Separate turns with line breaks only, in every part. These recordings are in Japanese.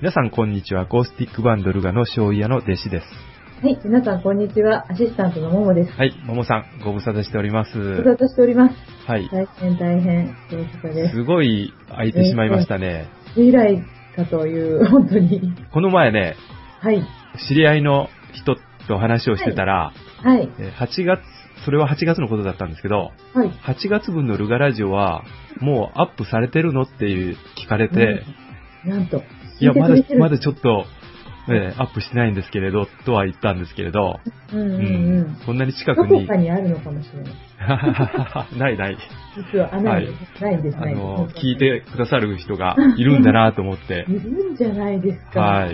皆さんこんにちは。ゴースティックバンドルガの醤油屋の弟子です。
はい、皆さんこんにちは。アシスタントのももです。
はい、ももさん、ご無沙汰しております。
ご無沙汰しております。
はい。
大変大変、ご無沙汰です。
すごい空いてしまいましたね。
以来かという、 本当に。
この前ね、
はい。
知り合いの人と話をしてたら、
はい。
えー8月、それは8月のことだったんですけど、
はい。
8月分のルガラジオは、もうアップされてるのっていう聞かれて、
うんなんと。
いや、まだ
聞てく、れてる
まだちょっと、えーアップしてないんですけれど、とは言ったんですけれど、
うんう
うん
うん。
こんなに近
ど
く
こ
に
か、にあるのかもしれない。
ないない、
実は、あ、ない、
は
ないんです、
あ
ないんです
の、聞い。てくださる人がいるんだなと思って
い、るんじゃないですか。
はい。
あ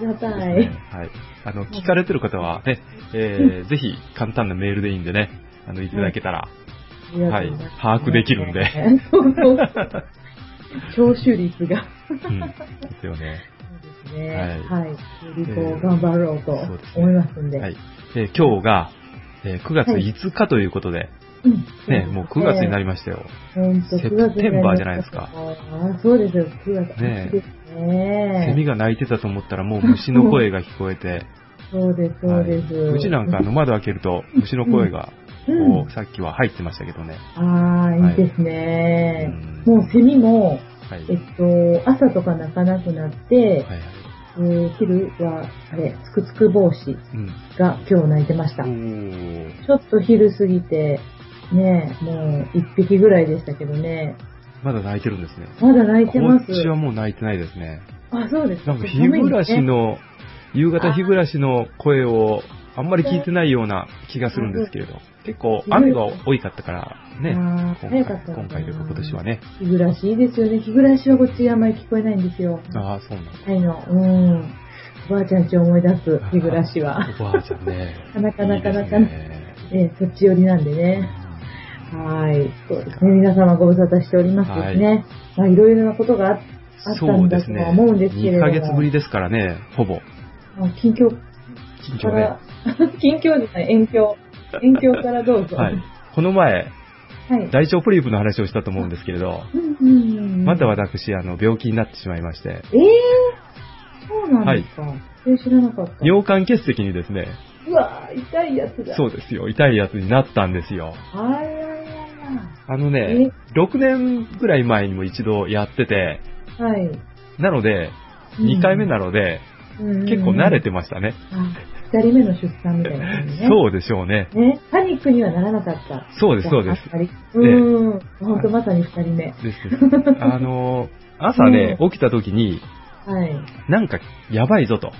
りがた
です
い。
ねはい。あの、聞かれてる方はね、えーぜひ簡単なメールでいいんでね、あの、いただけたら、
ありがとうござます
はい把握できるんで。
そうそう。聴取率が。
うん、ですよね。
そうですね。
は
はい。よりこう、頑張ろうと思いますんで。
はい。えー今日が、えー9月
はい
5日ということで、
うん
ね、もう9月にな
り
りましたよ。
ほんと、
セ
9
プ
月
テンバーじゃないですか
あそうですよ、9月。
ねえ
ねですね。
セミが鳴いてたと思ったらもう虫の声が聞こえて、
そうです、そうです。
うちなんかあの窓開けると虫の声が、
うん
こう、さっきは入ってましたけどね。
ああ、いいですね。
うん
もうセミも、
はい。
えっと、朝とか鳴かなくなっ
はいは
て、
い。
えー昼は、あれ、つくつく帽子
うん。
が今日鳴いてました。ち
おー
ょっと昼過ぎて、ねえ、もう一匹ぐらいでしたけどね。
まだ鳴いてるんですね。
まだ鳴いてます。
こっちはもう鳴いてないですね。
あ、そうです。
なんか日暮らしの、夕方日暮らしの声をあんまり聞いてないような気がするんですけれど、結構雨が多いかったからね、
あー
今
早か
回
ったのかな
今回というか今年はね。
日暮らしいいですよね。日暮らしはこっちあんまり聞こえないんですよ。
ああ、そうなんだ。
はいの、うん。おばあちゃんちを思い出す日暮ら しは。
おばあちゃんね。
なかなかなか
いいです
な
ね
ええ、そっち寄りなんでね。はい。そうですね。皆様ご無沙汰しておりますですね。まあ、いろいろなことがああった
そ
ん
うで
だ
す
と
ね。
は思うんですけれども。
2ヶ月ぶりですからね、ほぼ。
まあ近況か
緊張ね
ら。、 近況じゃない、遠況。遠況からどうぞ。
はい。この前、
はい。
大腸ポリープの話をしたと思うんですけれど、
うんうんうん
また私、あの、病気になってしまいまして、
ええそうなんですか。えー知らなかった。
尿管結石にですね、
うわー痛いやつだ。
そうですよ、痛いやつになったんですよ。
あららら
あのね、6年ぐらい前にも一度やってて、
らはい。
なので、
うん
2回目なので、結構慣れてましたね。
あ、二人目の出産みたいな感じね。
そうでしょうね。
う。ね、パニックにはならなかった。
そうです、そうです。
やっぱりうーん。本当まさに二人目。は
ですです。あの、朝ね、起きた時に、
い。
なんか、やばいぞと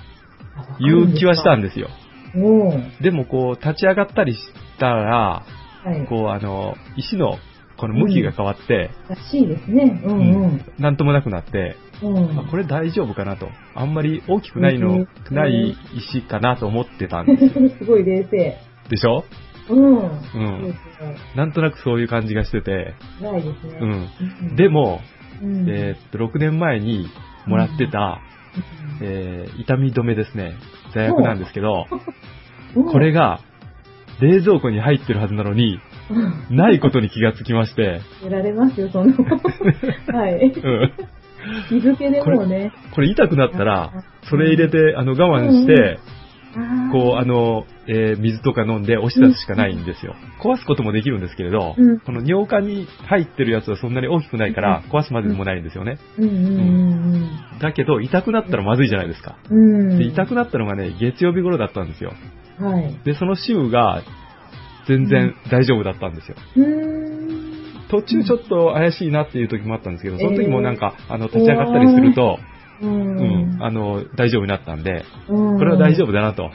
あわか
い
るん
う
です
気
か
はしたんですよ。
おー
でもこう、立ち上がったりしたら、
はい。
こう、あの、石の、この向きが変わって、
らしいですね。うんうん。
なんともなくなって、
うん。
あこれ大丈夫かなと。あんまり大きくないの、
うん
ない石かなと思ってたんです。
すごい冷静。
でしょ
うん。
う。
そうんですね
なんとなくそういう感じがしてて、
ないですね。
うん。
うん
で、も、
うん
えーっと、6年前にもらってた、えー痛み止めですね。座薬なんですけど、
うん
これが、冷蔵庫に入ってるはずなのに、
うん
ないことに気がつきまして、
やられますよ、その。はい。
うん。
日付でもね。
これ痛くなったら、それ入れて、あの、我慢して、
あー
こう、あの、えー水とか飲んで押し出すしかないんですよ。壊すこともできるんですけれど、
うん
この尿管に入ってるやつはそんなに大きくないから、壊すまでもないんですよね。
うんうん
だけど、痛くなったらまずいじゃないですか。
うんうん。
で痛く
な
なったのがね、月曜日頃だったんですよ。
はい。
で、その週が、全然大丈夫だったんですよ。
うーん。
途中ちょっと怪しいなっていう時もあったんですけど、その時もなんか、あの、立ち上がったりすると、
う
うん
ん、
あの、大丈夫になったんで、
こ
これは大丈
夫。
夫だなと。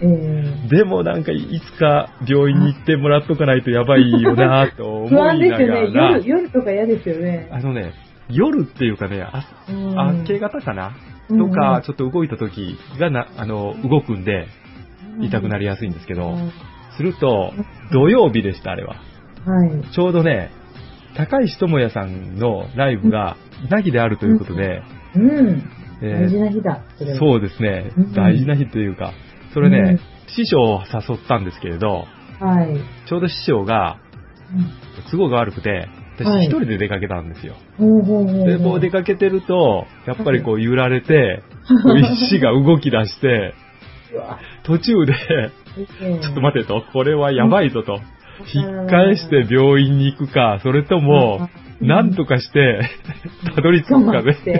ええ
でもなんか、いつか病院に行ってもらっとかないとやばいよなと思い
不安です
な
よ
が
ね。
ら
夜、、夜とか嫌ですよね。
あのね、夜っていうかね、あ
あ
明け方かな
う
と
ん
か、ちょっと動いた時がな、あの、動くんで、痛くな
り
りやすいんですけど
は、
すると、土曜日でした、あれは。
い。
ちょうどね、高石智也さんのライブが、なぎであるということで、
うん。
え
大
ー
事な日だ。それは
そうですね
うん、
大事な日というか、それね、師匠を誘ったんですけれど、
はい。うん
ちょうど師匠が、都合が悪くて、
は
私
い
一人で出かけたんですよ。
ほうほうほうほう。
で、もう出かけてると、やっぱりこう揺られ て、こう石が動き出して、
うわ
途中で、
ちょ
ちょ
っ
っと待てと、これはやばいぞと。
うん
引っ返して病院に行くか、それとも、
うん
なんとかして、たどり着くか
我慢して
ね。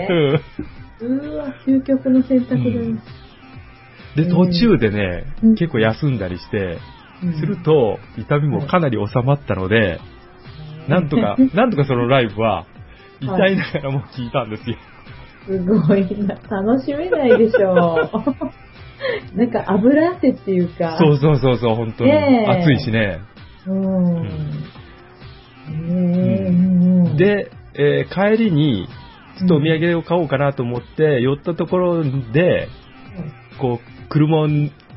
て。うわ、究極の選択だね。
で、途中でね
うん、
結構休んだりして、
うん
する、と、痛みもかなり収まったので、なんとか、なんとかそのライブは、痛いながらも聞いたんですよ。
すごいな。楽しめないでし ょ。なんか油汗っていうか。
そうそうそうそう、本当に。
ねえ
暑いしね。
うん。ねえ
う
うん。
で、えー帰りに、ちょっとお土産を買おうかなと思って、寄ったところで、こう、車を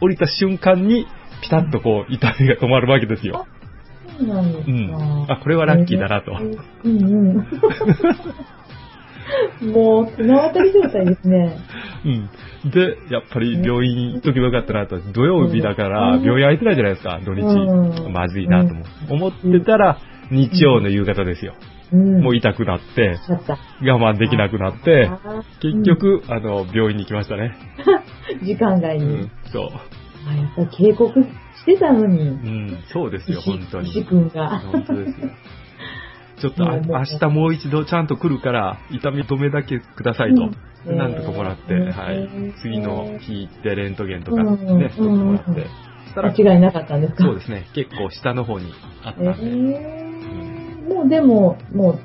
降りた瞬間に、ピタッとこう、痛みが止まるわけですよ。
そうなの
う
か。
ん。あ、これはラッキーだなと。
うんうん。 もう、綱渡り状態ですね。
うん。で、やっぱり病院行っとけばよかったなと。土曜日だから、
うん
病院空いてないじゃないですか、土
う
日。
ん
まずいなと思思ってたら、日曜の夕方ですよ。
うん。
もう痛くなって、
だった。
我慢できなくなって、
あー
結、局、あの、病院に行きましたね。
うん時間外
う
に
ん。。そう。
あやっぱ警告してたのに
う。ん、そうですよ、
石
本当
石
に。
君が。
本当 ですよ。ちょっとあ
もうもう
明日もう一度ちゃんと来るから、痛み止めだけくださいと、
うん
なんとかもらって、
うん
はい
うん。
次の日行ってレントゲンとか
う
ね、
ん
取ってもらっ
うん
て。そしたら、
間違いなかったんですか
そうですね、結構下の方にあった
え
んで。
ー、もうでも、も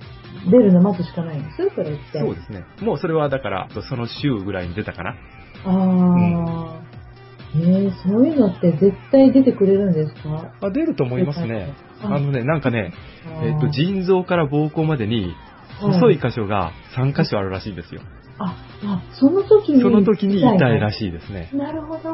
う出るの待つしかないんですこれって。
そうですね。もうそれはだから、その週ぐらいに出たかな。
ああ、えー、そういうのって絶対出てくれるんですか
あ出ると思いますね。。あのね、なんかね、
あー
えっと、腎臓から膀胱までに、細い箇所が3箇所あるらしいんですよ。
あ、あ、その時に。
その時に痛いら
し
しいですね。
い。なるほど。
う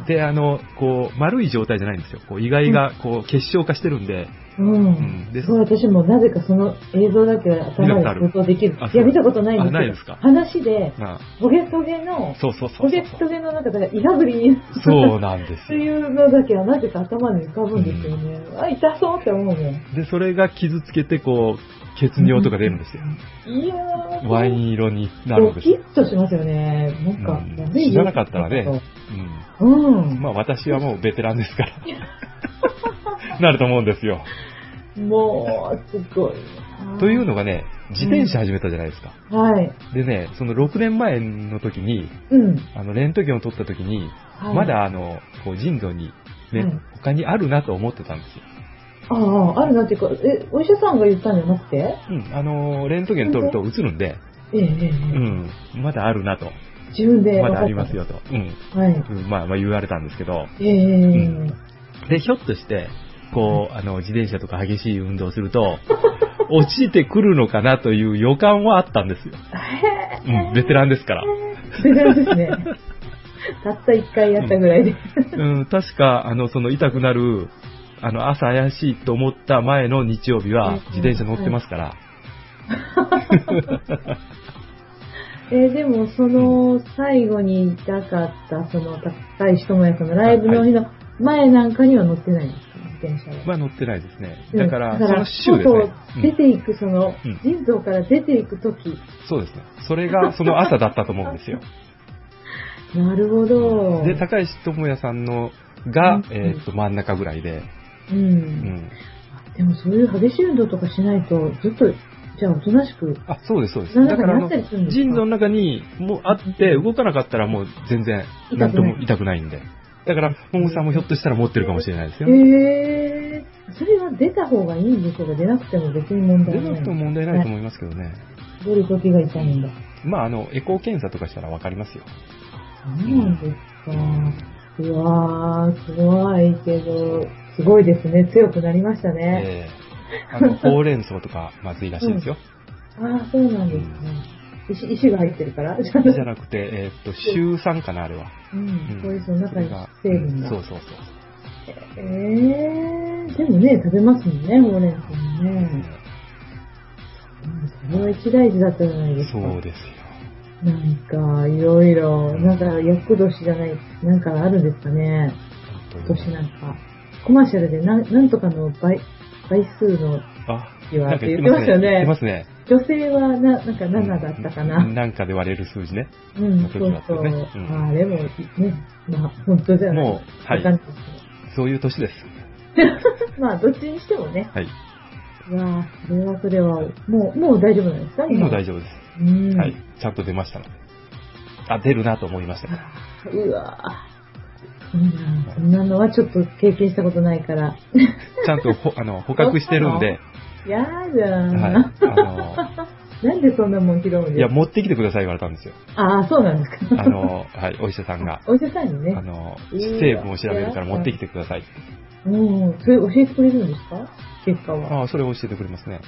んで、あの、こう、丸い状態じゃないんですよ。こう、意外が、こう、結晶化してるんで、
うん。
んです
そう、私もなぜかその映像だけは頭
見たことあ
で
る
想像できる
あ。
いや、見たことないんですけど。
あないですか
話で、
まあ、
トゲトゲの、
そうそうそ
ト
うそ
ゲ
うそ
トゲの中から、イガブリに、
う。そうなんで
っ
す
て
よ。
いうのだけはなぜか頭に浮かぶんですよね。あ、痛そうって思うもん。
で、それが傷つけて、こう、血尿とか出るんですよ。
いやー。
ワイン色になるん
ド
です
キ
よ。
ッとしますよね。なんか、
うん
やべえ
知らなかったらね。
うん。
うん。まあ、私はもうベテランですから。 なると思うんですよ。
もう、すごいな。
というのがね、自転車始めたじゃないですか。
はい。
でね、その6年前の時に、
うん。
あの、レントゲンを取った時に、
はい
まだあの、こう、腎臓に、ね、
うん
他にあるなと思ってたんですよ。
ああ、あるなっていうか、え、お医者さんが言ったんじゃなくてえ
うん、あのー、レントゲン取ると映るんで、
え、ええ
う
え
ん、まだあるなと、
え、自分で。
まだありますよ。と、うん、
はい。
うんまあ、まあ言われたんですけど、
ええ
んで、ひょっとして、こう、あの、自転車とか激しい運動をすると、 落ちてくるのかなという予感はあったんですよ。うん、ベテランです から。
ベテランですね。たった一回やったぐらいで。
うん、確か、あの、その痛くなる、あの、朝怪しいと思った前の日曜日
うん
は、自転車乗ってますから、
えーでも、その、最後に痛かった、その、高い人もやさんのライブの日の前なんかには乗ってないんですか、自転車は。
まあ乗ってないですね。
うん
だから、その週ですね。
外
うん
出ていく、その
うん、
腎臓から出ていくとき。
そうですね。それがその朝だったと思うんですよ。
なるほど。
で、高石智也さんのが、
うん
えっと、真ん中ぐらいで、う
う。
んん。
でも、そういう激しい運動とかしないと、ずっと、じゃあ、おとなしく。
あ、そうです、そうです。
なん
だ
か
から、あ
な
の
ったりするん、ですか
腎臓の中にもうあって、動かなかったらもう全然、
痛くな
ないんとも痛くないんで。だから、ももさんもひょっとしたら持ってるかもしれないですよ。
えー、それは出た方がいいんでしょうか出なくても別に問
出
題な
ないく。ても問題ないと思いますけどね。
出るときが痛いんだ。
まあ、あの、エコー検査とかしたらわかりますよ。
そうなんですか。うわー、怖いけど、すごいですね。強くなりましたね。
ええあ の、ほうれん草とか、まずいらしいですよ。
ああ、そうなんですね。石石が入ってるからじゃあ
じゃなくて、えーっと、週3かな、あれは。
う
うんん、
こういうその中に成分が。
それうんそうそうそう。
えー、でもね、食べますもんね、ほうれん草もね。それは一大事だったじゃないですか。
そうですよ。
なんか、いろいろ、なんか、厄年じゃない、なんかあるんですかね。
本当
今
に
年なんか、コマーシャルでなんなんとかの倍、倍数の
あ、
時は
な
っ
んか
て
言
言
っます
っててましたよ
ね。言って
ね
ま。すね。
女性はな、なんか7だったかな。
なんかで割れる数字ね。
うん、そうそう。
うん
ああ、でも、ね、まあ、本当じゃない。
もうはい
わかんない
そういう年です。
まあ、どっちにしてもね。
はい。
いやー、それはそれは、もう、もう大丈夫なんですか
もう大
丈
丈夫です。
夫。うん。
はい。ちゃんと出ましたので。あ、出るなと思いました。
うわぁ。いいなぁそんなのはちょっと経験したことないから。
ちゃんとほあ の捕獲してるんで、
やだー、
はい。あ
なんでそんなもん拾うんです
の、
か
いや、持ってきてください言われたん ですよ。
ああ、そうなんですか。
あの、はい、お医者さんが。
お医者さんにね
あ。の、
いいよ
成分を調べるから持ってきてくださいって。
うん。それ教えてくれるんですか結果は。
ああ、それを教えてくれますね。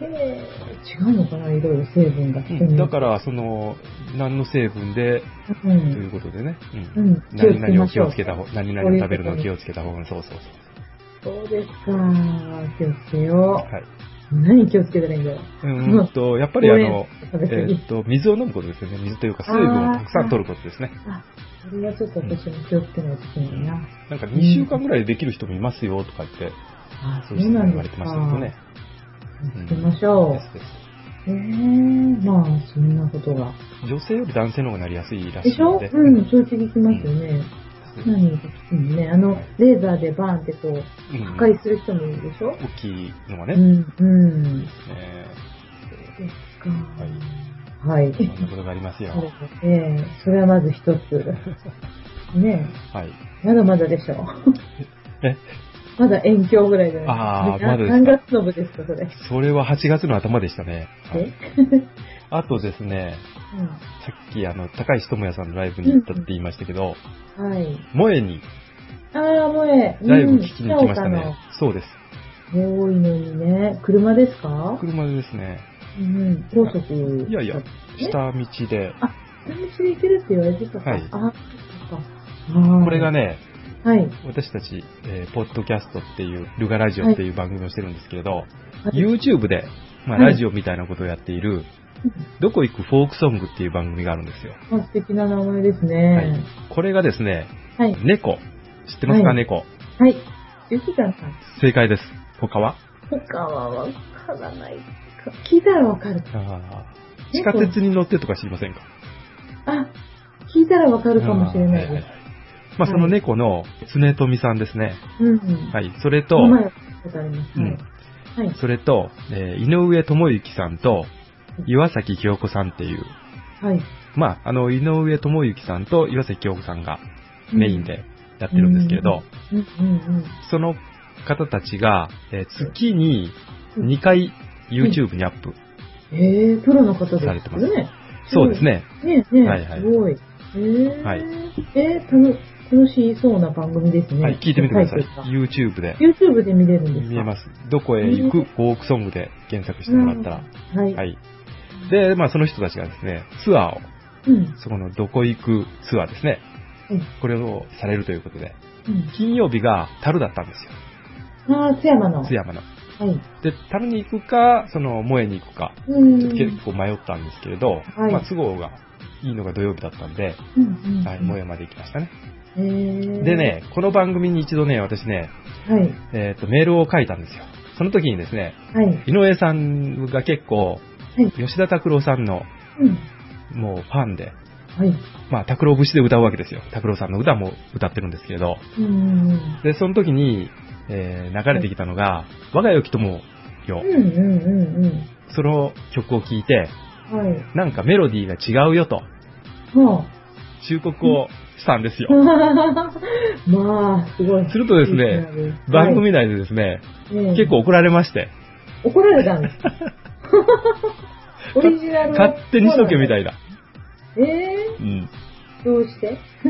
へえ。違うのかないろいろ成分が。、
うんだからら、その、何の成分で、
う。
というんことでね。う。
うんん。
何々を気をつけた
方
方、何々を食べるのを気をつけた方が、そうそうそ
そうですか。気をつけよ
う。はい。
う。何気をつけたらいいんだろう。
うーんと、やっぱりあの、
食
え
べ過ぎ。
ーっと、水を飲むことですよね。水というか、水分をたくさん取ることですね。
あ、それはちょっと私も気をつけないといけないな。
なんか2週間ぐらいでできる人もいますよ、とか言って、
あ、
そ
そう
いう
う
人
な
も
ん
言わ
で
れ
す
てま
か。
したけどね。
気をつけましょう
で。すです
ええまあ、そんなことが。
女性より男性の方がなりやすいらし
で
い
しょ
ので。
うん、そういう気聞きますよね。何が聞くのね。あの、レーザーでバーンってこう、
うん
破壊する人もいるでしょ
大きいのが
う
ね。
ん、うん。
えー
そうですか。はい。はい。
そんなことがあります よ。
ええそれはまず一 つ。ね
はい。
え、まだまだでしょ。
え、
まだ遠鏡ぐらいじゃない
あーまだですか
何月の部ですか、それ。
それは8月の頭でしたね。は
え
い、あとですね、
う
さっきあの、高橋智也さんのライブに行ったって言いましたけど、
んはい。
萌えに
ああ、もうええ。
ライブ聞きに行きましたね。そうです。
うん。多いのにね。車ですか
車でですね、
うん。高速。
いやいや、下道で、
あ、何しに行けるって言われてたか。
はい
あ、そっか。あ
これが
ね。
ね、
はい。
私たち、えーポッドキャストっていう、ルガラジオっていう番組をしてるんですけれど、
い
YouTube で、まあ、
はい
ラジオみたいなことをやっている、どこ行くフォークソングっていう番組があるんですよ。
まあ、素敵な名前です
はい
ね。、
これがですね、
はい。
猫。知ってますか、
はい
猫。
はい。ゆきたんさん。
正解です。他は
他はわからないか。聞いたらわかる。
地下鉄に乗ってとか知りませんか
あ、聞いたらわかるかもしれない
は
で
い
す。
まあ、
はい
その猫の常富さんですね。
うん。。
はいい。それと、
名前は聞いたことあります。
うん
はい。はい。
それと、えー井上智之さんと
うん、
岩崎清子さんっていう、
はい。
まあ、あの、井上智之さんと岩崎清子さんがメインでやってるんですけれど、
うんうん
その方たちが、えー月に2回 YouTube にアップ。
うん。えー、プロの方です
され
よね
てます。そうですね。
ねえねえ、
はいはい
すごい。えー、
はい
えー、楽楽しそうな番組ですね。
はい、聞いてみてください
タイトルが。
YouTube で。
YouTube で見れるんですか
見えます。どこへ行くフォークソングで検索してもらったら。
す。はい。
はい。で、まあその人たちがですね、ツアーを、
うん。
そこのどこ行くツアーですね。
うん
これをされるということで。
うん
金曜日が樽だったんですよ。
ああ、津山の。
津山の。
はい。
で、樽に行くか、その萌えに行くか、
うん。
ちょっと結構迷ったんですけれど、
はい
まあ都合がいいのが土曜日だったんで、
うんうん。
はい、萌えまで行きましたね。
えー、
で。ね、この番組に一度ね、私ね、
はい。
えっ、と、メールを書いたんですよ。その時にですね、
はい。
井上さんが結構、
はい
吉田拓郎さんの
うん。
もうファンで、
はい。
まあ、拓郎節で歌うわけですよ。拓郎さんの歌も歌ってるんですけれど。
うんうん
で、その時に、えー流れてきたのが、我が良き友よ
うん。う。んうんうん
その曲を聴いて、
うん。はい。
なんかメロディーが違うよと、
は
忠告をしたんです
あ。
よ。
まあ、すごい。
するとですね番組内でですね、
組
結構怒られまして、
怒られた んです。オリジナル
勝手にしとけみたい
な。
な。
え
うん。
ー、どうして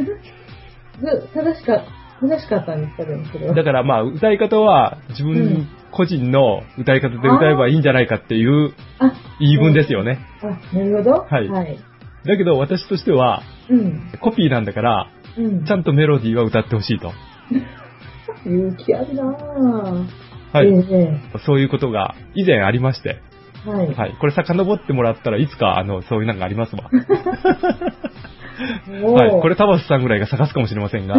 ず正しか、正しかったんですかでもそれは。
だからまあ、歌い方は自分個人の歌い方で歌えばいいんじゃないかっていう
あ、
言い分ですよね。
あ、なるほど。
はい
はい。
だけど私としては、
うん。
コピーなんだから、
うん。
ちゃんとメロディーは歌ってほしいと。
勇気あるなぁ。
はい。
ええ
そういうことが以前ありまして。
はい。
はい。これ遡ってもらったらいつか、あの、そういうなんかありますわ。
おー
はい。これ、タバスさんぐらいが探すかもしれませんが。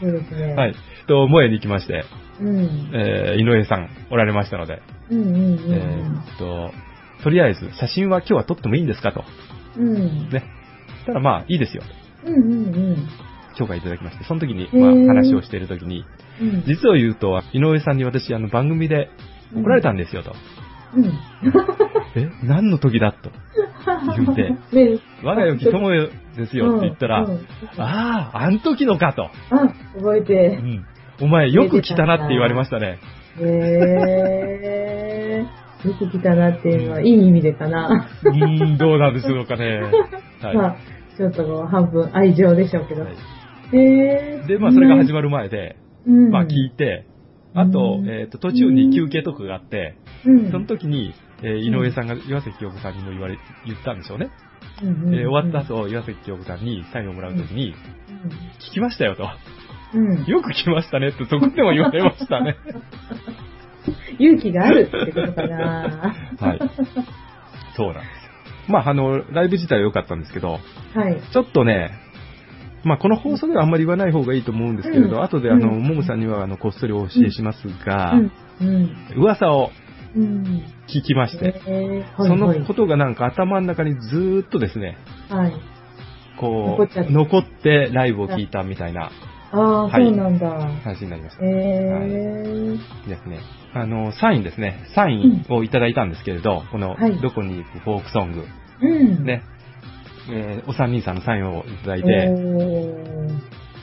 そうですね。
はい。と、萌えに行きまして。
うん。
えー井上さんおられましたので、
うんうん
えーっと、とりあえず写真は今日は撮ってもいいんですかと。
うん。うん。
ね。ただまあいいですよ。
うんうんうん。
紹介いただきまして、その時に、
へー
まあ話をしている時に、
うん。
実を言うと、井上さんに私、あの番組で怒られたんです よと。
うん。
え何の時だと。言 うて
で
我が良き友よですよって言ったら、
うんうん
ああ、あん時のかと。
あ、覚え
う
て。
ん。お前よく来たなって言われましたね。
へー。よく来たなっていうのは、いい意味でかな。
うーん、どうなんでしょうか ね。はい。
まあ、ちょっとこう、半分愛情でしょうけど。
は
へー。
いで、まあそれが始
ま
まる前で、
る
まあ聞いて、あと
う、ん
えっと、途中に休憩とかがあって、
うん。
その時に、えー井上さんが岩崎京子さんにも言われ、言ったんでしょうね。
うんうんうん
えー終わった後、岩崎京子さんにサインをもらう時に、聞きましたよと。
うんうん
よく来ましたねってそこでも言われましたね。
勇気があるってことかな。
はい。そうなんですよ。まあ、あの、ライブ自体は良かったんですけど、
はい。
ちょっとね、まあ、この放送ではあんまり言わない方がいいと思うんですけれど、
うん
後であの、
うん
ももさんにはあの、こっそりお教えしますが、
うん。
噂を
うん。うん。
聞きまして、
えー
そのこ
は
とがなんか頭の中にずーっとですね、
いはい。
こ
残っちゃって
う、残ってライブを聞いたみたいな
ああ、
はい
そうなんだ。
話になりました。
えー。
ですね。あの、サインですね。サインをいただいたんですけれど、この、
はい
どこに行くフォークソング、
うん。。
ね、えーお三人さんのサインをいただい
お
て、
ー。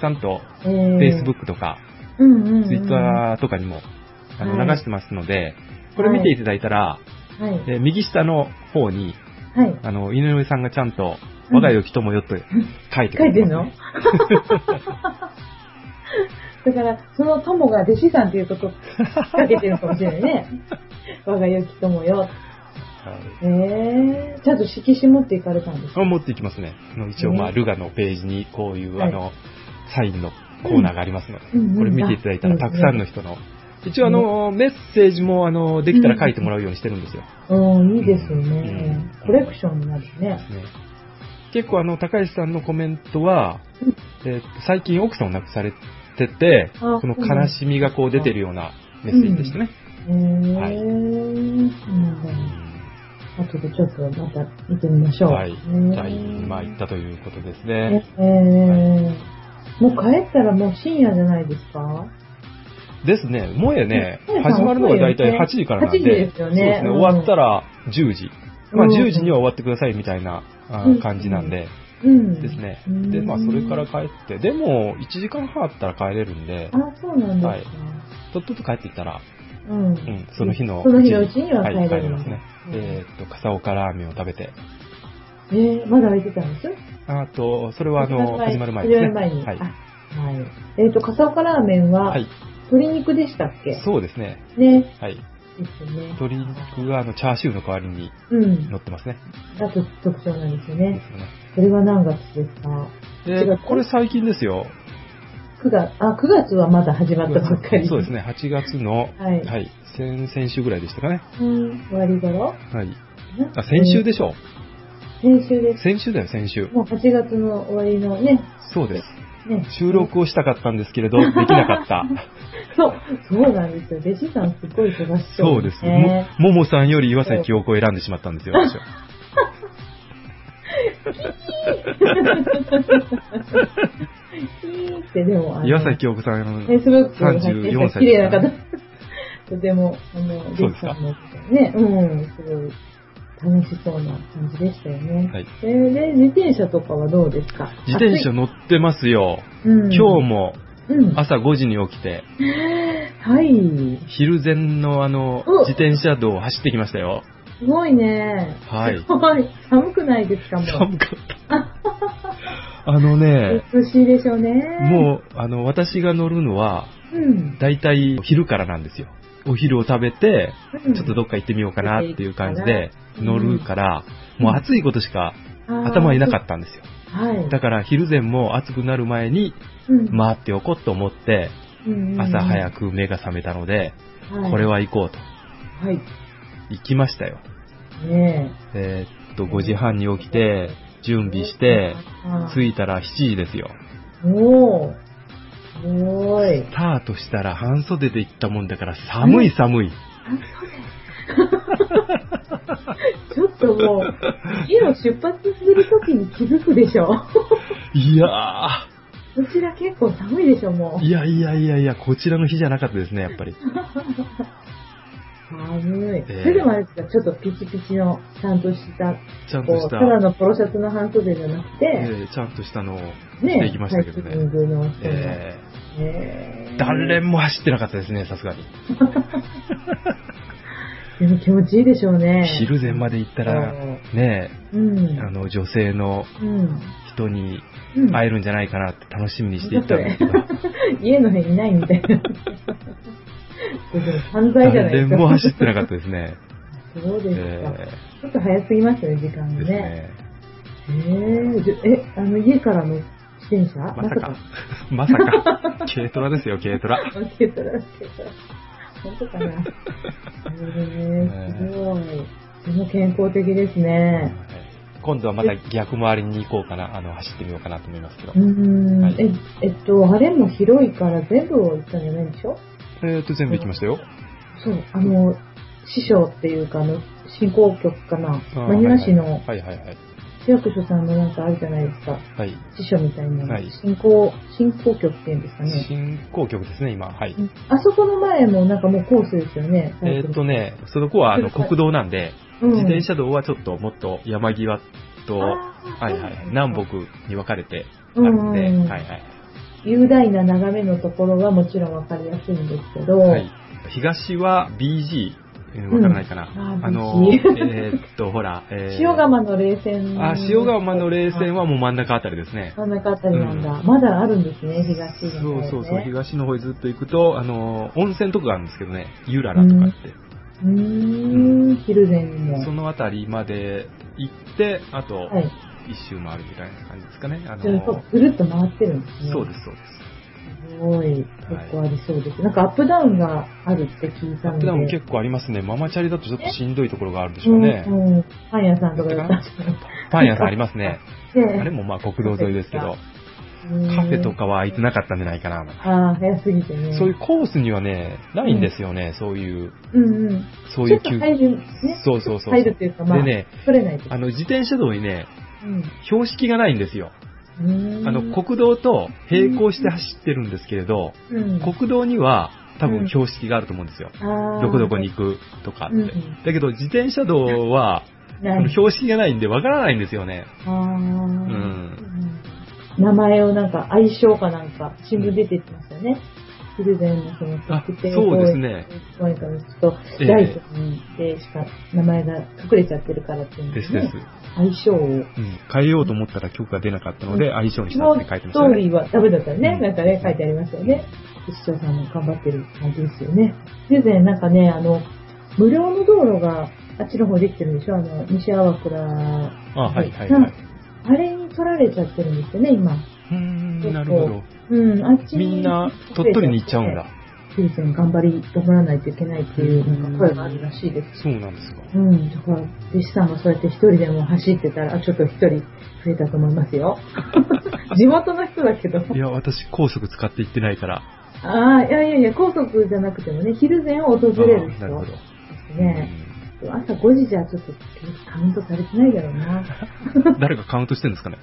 ちゃんと
えー
Facebook とか、
うんうんうん。
Twitter とかにもあの
はい
流してますので、これ見ていただいたら、
はい。
えー右下の方に、
はい。
あの、井上さんがちゃんと、
うん
我が良き友よと書いて
書い
く
て
れ
ん
て ま
のだから、その友が弟子さんということを引っ掛けてるかもしれな いね。我が良き友よ。
すはい
えー、ちゃんと色紙持っていかれたんですか
を持っていきますね。あの一応、まあ、
ね
ルガのページにこういう、
はい
あの、サインのコーナーがありますので、
うんうん
これ見ていただいたら、
あ
たくさんの人の、一応、あの、メッセージも、あの、できたら書いてもらうようにしてるんですよ。
うん、いいですよね
う。ん
コレクションになるね。
ね結構、あの、高橋さんのコメントは
うん、
えー最近奥さんを亡くされてて、
あ
その悲しみがこう出てるようなメッセージでしたね。
えー、
はい
そうなんだ。あとでちょっとまた見てみましょう。
はい。
え
じ
ー
ゃあ、今言ったということです
え
ね。
えもう帰ったらもう深夜じゃないですか
ですね。もうやね
もう、や
始まるのが大体
もうや
8時からなんで、
8時ですよね
そうですね。
うん
終わったら10時。まあ
うん
10時には終わってくださいみたいなあ
うん
感じなんで、
うん。
ですね
う。ん
で、まあそれから帰って、でも1時間半あったら帰れるんで
あ、、そうなんですか。
はいとっとと帰っていったら、
うん、
うん、その日の
その日の
う
うちには帰
は
れ
い、帰
る、
れますね。えーっと、笠岡ラーメンを食べて、
えーまだ空いてたんです
あと、それはあの、始まる前
で
ですす
ね。
ね。
始まる前に。
はい
あ。はい。えっ、と、笠岡ラーメンは、
はい。
鶏肉でしたっけ
そうですね。
ね。
はい。
ですよね。
鶏肉があの、チャーシューの代わりに
うん。
乗ってますね。
だと特徴なんですよ
で
ね。
すよね。
それは何月ですか
で
違う、
これ最近ですよ。
?9 月、あ、9月はまだ始まったばっかり。
そうです。ね、8月の、
は
はいい、先々週ぐらいでしたかね。
うん、終わり頃
はい。あ、先週でしょ
先週です。
先週だよ、先週。
もう8月の終わりのね、
そうです。
ね。
収録をしたかったんですけれど、できなかった。
そう、そうなんですよ。弟子さんすごい忙し
そ
そうう
で。
ですすね。
も、ももさんより岩崎陽子を選んでしまったんですよ、私は。
ピーってでも、あの
岩崎陽子さんの、
え、すごく
34歳
綺麗な
です
方
ね。
とても、あの、
そうですか
リッチさんのね、うん、すごい楽しそうな感じでしたよね。
はい
えーで、自転車とかはどうですか
自転車乗ってますよ。
暑いうん、
今日も
うん、
朝5時に起きて、
はい。
昼前のあの
うん、
自転車道を走ってきましたよ。
すごいね。
はい
すごい。寒くないですかもう。
寒かっ た。あのね、
美しいでしょうね。
もう、あの、私が乗るのは、
う、うん。
だいたい昼からなんですよ。お昼を食べて、
うん
ちょっとどっか行ってみようかなっていう感じで
うん
乗るから、
うん
もう暑いことしか頭になかったんですよ。
た。はい。
だから昼前も暑くなる前に
うん
回っておこうと思って、朝早
く、
く目が覚めたので、
はい
これ。は行こうと。
はい。
行きましたよ。
ね
えーっと、5時半に起きて、準備して、
あー
着いたら7時ですよ。
え。おー。すごい。
スタートしたら半袖で行ったもんだから寒い寒い。
ちょっと もう、家を出発するときに気づくでしょ。
いや
うちら結構寒いでしょ、もう
ー、。いやいやいやいや、こちらの日じゃなかったですね、やっぱり。
寒い。そ
ええ
れでもあれですか、ちょっとピチピチの、ちゃんとした、
ちゃんと
こ
し
う、
た
た、だのポロシャツの半袖じゃなくて、
えーちゃんとしたのを着
ね
ていきましたけど
ハイキン
ね。
グの人がね
えー、誰も走ってなかったですね、さすがに。
でも気持ちいいでしょうね。
昼前まで行ったら、ね
うん。
え、あの、女性の
うん。
人に
うん
会えるんじゃないかなって楽しみにして行ったんですけど、
家の辺いないみたいな。でも犯罪じゃないで
誰
すか。
も走ってなかったですね。
そうですか。
え
ちょっと早すぎました ね、時間
ー
が
です
ね。
ね。
えーじゃえ、あの、家からの自転車
まさか、まさか、軽トラですよ、軽トラ。
まさか受けたら受けたら。本当 かな。えー、すごい。でも健康的ですね。
今度はまた逆回りに行こうかな、あの、走ってみようかなと思いますけど
う。ーん、
はい
え、えっと、あれも広いから全部を行ったんじゃないんでしょ
えーと、全部行きましたよ。
そう、あの、師匠っていうか、あの、振興局かな、マニラ市の
はいはいはい。
市役所さんのなんかあるじゃないですか、
はい。
師匠みたいな、
はい
振興、振興局っていうんですかね。
新興局ですね、今。はい。
うんあそこの前もなんかもうコースですよね。
えーっとね、その子はあの
はい
国道なんで、
うん、
自転車道はちょっともっと山際と、は
あー
いはい、南北に分かれてあ
うん
るんで、はいはい。
雄大な眺めのところはもちろんわかりやすいんですけど、
はい、東は BG、えーわからないかな。
うんあー
あの、
BG
えーっと、ほら、えー
塩釜の冷戦
あ、塩釜の冷戦はもう真ん中あたりですね。
真ん中あたりなんだ、まだあるんですね、東
そう
の方ね
そうそう、東の方へずっと行くと、あの、温泉とかがあるんですけどね、ゆららとかって。
うーん、昼前にも。
そのあたりまで行って、あと、
はい。
一周回るみたいな感じですかね。あの
じゃあ、そうぐるっと回ってるんですね。
そうです、そうです。
すごい、結構ありそうです。なんかアップダウンがあるって聞い
ア
た
ッ
ので。
プダウン結構ありますね。ママチャリだとちょっとしんどいところがあるでしょうね。
うんうんパン屋さんとかだったら。
パン屋さんありますね。あれ
で、
もまあ国道沿いですけど、
うん
カフェと。かは空いてなかったんじゃないかな。
ああ、早すぎてね。
そういうコースにはね、ないんですよね、そういう、
うんうん。
そういう
ちょ
休
っと入る、ね。
そうそうそう。
入るっていうか、まあ、
でね、
取れないと。
あの、自転車道にね、
うん
標識がないんですよ。
うん
あの、国道と並行して走ってるんですけれど、
うん
国道には多
うん
分標識があると思うんですよ。
あー
どこどこに行くとかって。
うんうん
だけど、自転車道は、
な
その
い。
標識がないんでわからないんですよね。
あー
ん
名前をなんか、愛称かなんか、新聞出てきましたよね。フルデンのその
あ
特定
そうですね。
公園からちょっと、
ええ
ライトにでしか名前が隠れちゃってるからっていうん
です
ね
です。
相性を。
うん、変えようと思ったら曲が出なかったので、相性にした
の
って書いて
ス
まし
ト
た
ー
ね。
リーはダメだったよね。
うん
なんかね、書いてありましたよね。市長さんも頑張ってる感じですよね。以前なんかね、あの、無料の道路があっちの方できてるんでしょあの、西淡倉。
あ、はいはい
な
は
ん
い。
あれに取られちゃってるんですよね、今。
うーん、なるほど。
うん、あっち
みんな、鳥取に行っちゃうんだ。。
フィリピン頑張り、頑張らないといけないっていう、なんか声があるらしいです。
そうなんですか。
うん、だから、弟子さんがそうやって一人でも走ってたら、ちょっと一人増えたと思います よ。地元の人だけど。
いや、私、高速使って行ってないから。
ああ、いやいやいや、高速じゃなくてもね、昼前を訪
あ
れる
ーな
人
るほど。
ね。朝5時じゃちょっとカウントされてないだろうな。
うん誰かカウントしてるんですかね。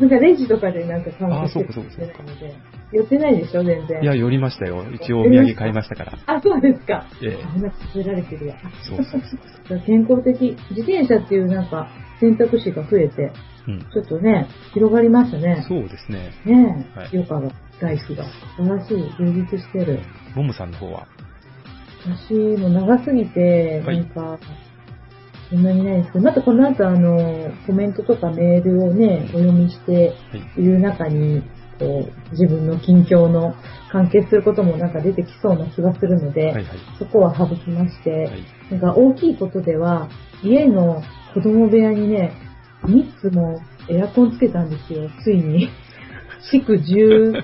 なんかレジとかでなんかカウントして
あーそうかそうかそうか
ので、寄ってないでしょ、全然。
いや、寄りましたよ。一応お土産買いましたから。
あ、そうですか。
ええ
あんな崩れられてるわ。
そうそうそう。
健康的。自転車っていうなんか選択肢が増えて、
うん。
ちょっとね、広がりましたね。
そうですね。
ねえ、
はい
ヨガが、ライフが。素晴らしい、充実してる。
モムさんの方は。
私も長すぎて、
はい
なんか、そんなにないんですけど、またこの後あの、コメントとかメールをね、お読みして
はい。
いる中に、こう、自分の近況の関係することもなんか出てきそうな気がするので、
はいはい。
そこは省きまして、
はい。
なんか大きいことでは、家の子供部屋にね、3つもエアコンつけたんですよ、つい に。築18、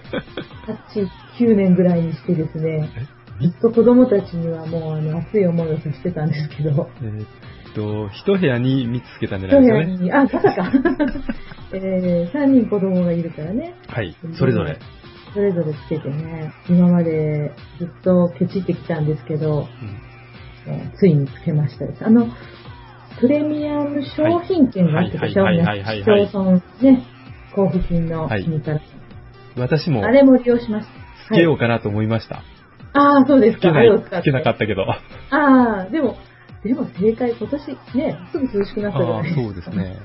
9年ぐらいにしてですね、ずっと子供たちにはもうあの熱い思いをさせてたんですけど、
えーっと、一部屋に3つつけたんじゃな
去
いですかね。
年に、あ、まさか、えー、3人子供がいるからね、
はい。それぞれ。
それぞれつけてね、今までずっとケチってきたんですけど、えーついにつけましたです。あの、プレミアム商品券があって
は
た
い
商
はい
品
はいはいはい
市町村ね、交付金の
はい
国から、
私も
あれも利用しました。
つけようかなと思いました。
ああ、そうです
つけ
か。あ
な
れを
い
使って。、
つけなかったけど。あ
ああ、でも、でも正解、今年ね、すぐ涼しくなったじゃ
あ
ない
ー、
ですか。
そうです。ね。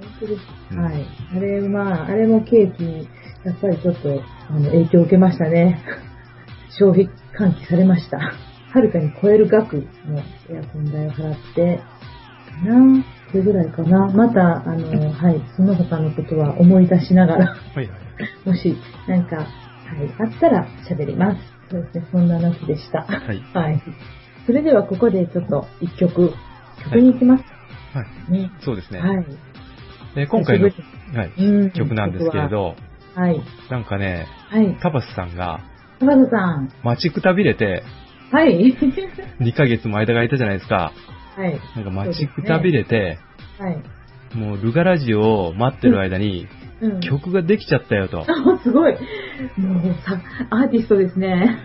本当です。
うん
はい。あれ、まあ、あれも景気に、やっぱりちょっと、あの、影響を受けましたね。 消費喚起されました。はるかに超える額のエアコン代を払って、かなそれぐらいかな。また、あの、はい、その他のことは思い出しながら、
は いはい。
もし、なんか、はい、あったら喋ります。そうですね、そんな夏でした。
はい。
はい。それではここでちょっと一曲、曲に行きます
はい。
ね。
そうですね。
はい。
で今回の、
久し
はい、
うん
曲なんですけれ。ど、
はい。
なんかね、
はい。
タバスさんが
高田さん。
待ちくたびれて、
はい。
2ヶ月も間が空いたじゃないですか。
はい。
なんか待ちくたびれて、
はい。
もうルガラジオを待ってる間に
うん。
曲ができちゃったよと。
あ、すごい。もうさ、アーティストですね。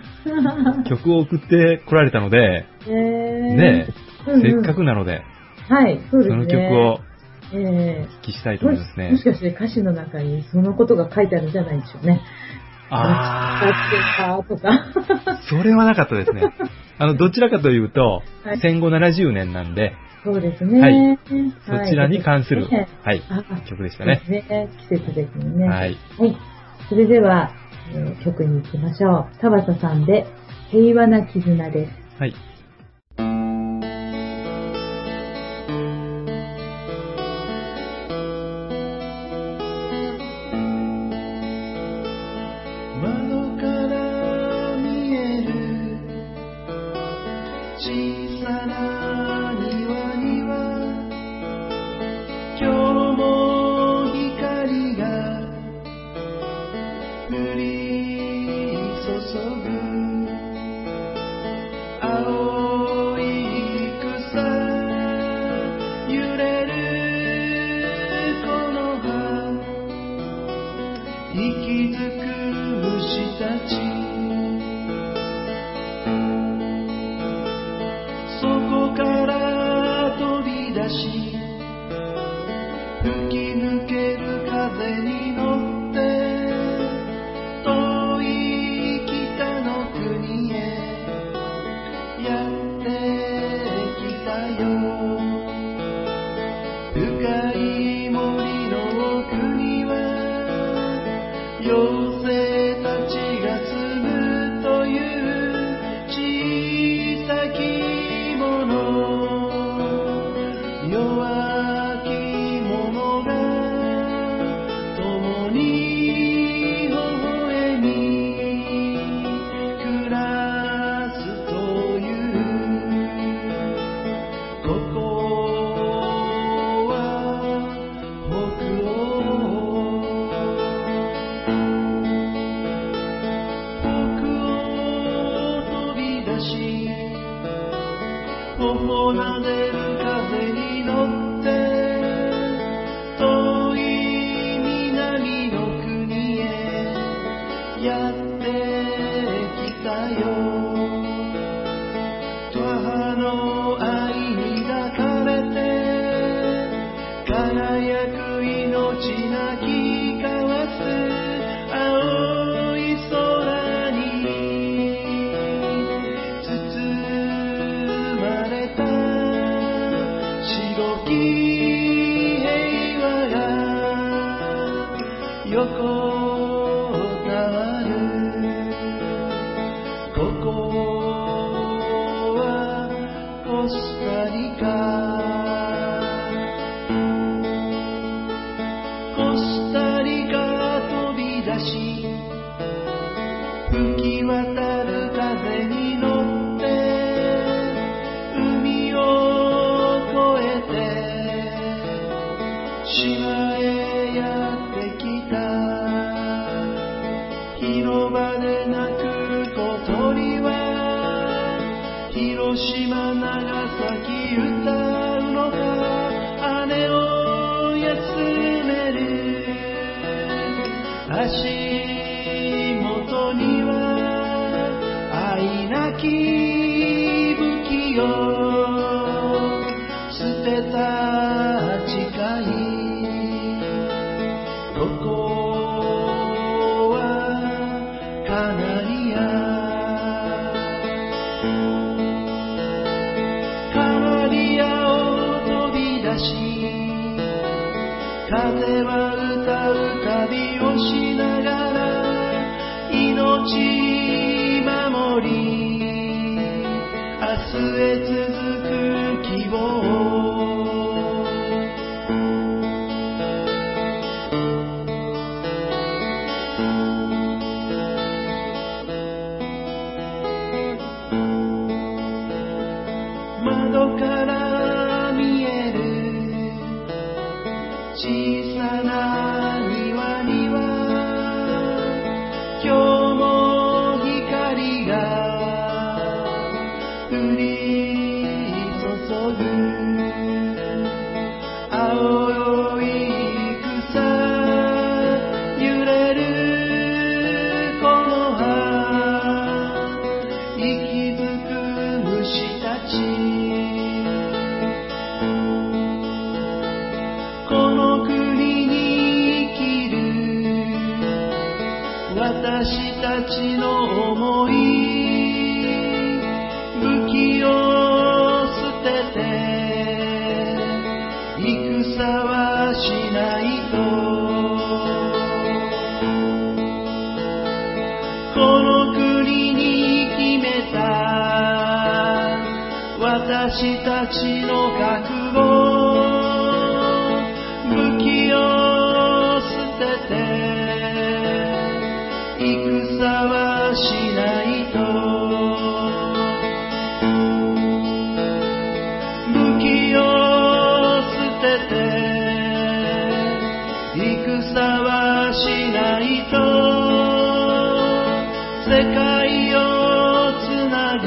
曲を送って来られたので、
えー
ね
うんうん
せっかくなので、
はい、そうで
そ
すね。
の曲を
ええ
お聞きしたいと
も
思い
し
ます
も
ね
し。かして歌詞の中にそのことが書いてあるんじゃないでしょうね。
あ
あ。とか。
あ、それはなかったですね。あの、どちらかというと
はい、
戦後70年なんで、
そうですね。
はい
はい
そちらに関する、
ね
はい、
あ
曲でしたね。
ね。季節的にね。
はい。
はい。それでは、えー曲に行きましょう。田畑さんで、平和な絆です。
はい。
窓から見える小さな庭には今日も光が降り注ぐ青い草揺れるこの葉息づく虫たちそこから飛び出し吹き抜ける風に乗って遠い北の国へやってきたよ深い森の奥には妖精たちが住むという小さきもの弱き者が共に微笑み暮らすというここは北欧北欧を飛び出し頬なでる風に乗って遠い南の国へやってきたよ母の愛に抱かれて輝く命なき交わす青い空に包まれた白き平和が横たわるここはコスタリカコスタリカ飛び出し吹き渡る風に乗って海を越えて島へやってきた広場で泣く小鳥は広島長崎歌うのか姉を休める足元ことには愛なき武器を捨てた誓いどこはカナリアカナリアを飛び出し風は歌う旅をしながら命守り明日へ続く希望窓から見える小さな庭には今日も光が降り注ぐ青い草揺れるこの葉息づく虫たちこの国に生きる私たちの思い武器を捨てて戦はしないとこの国に決めた私たちの覚悟武器を捨てて戦はしないと武器を捨てて戦はしないと世界をつなぐ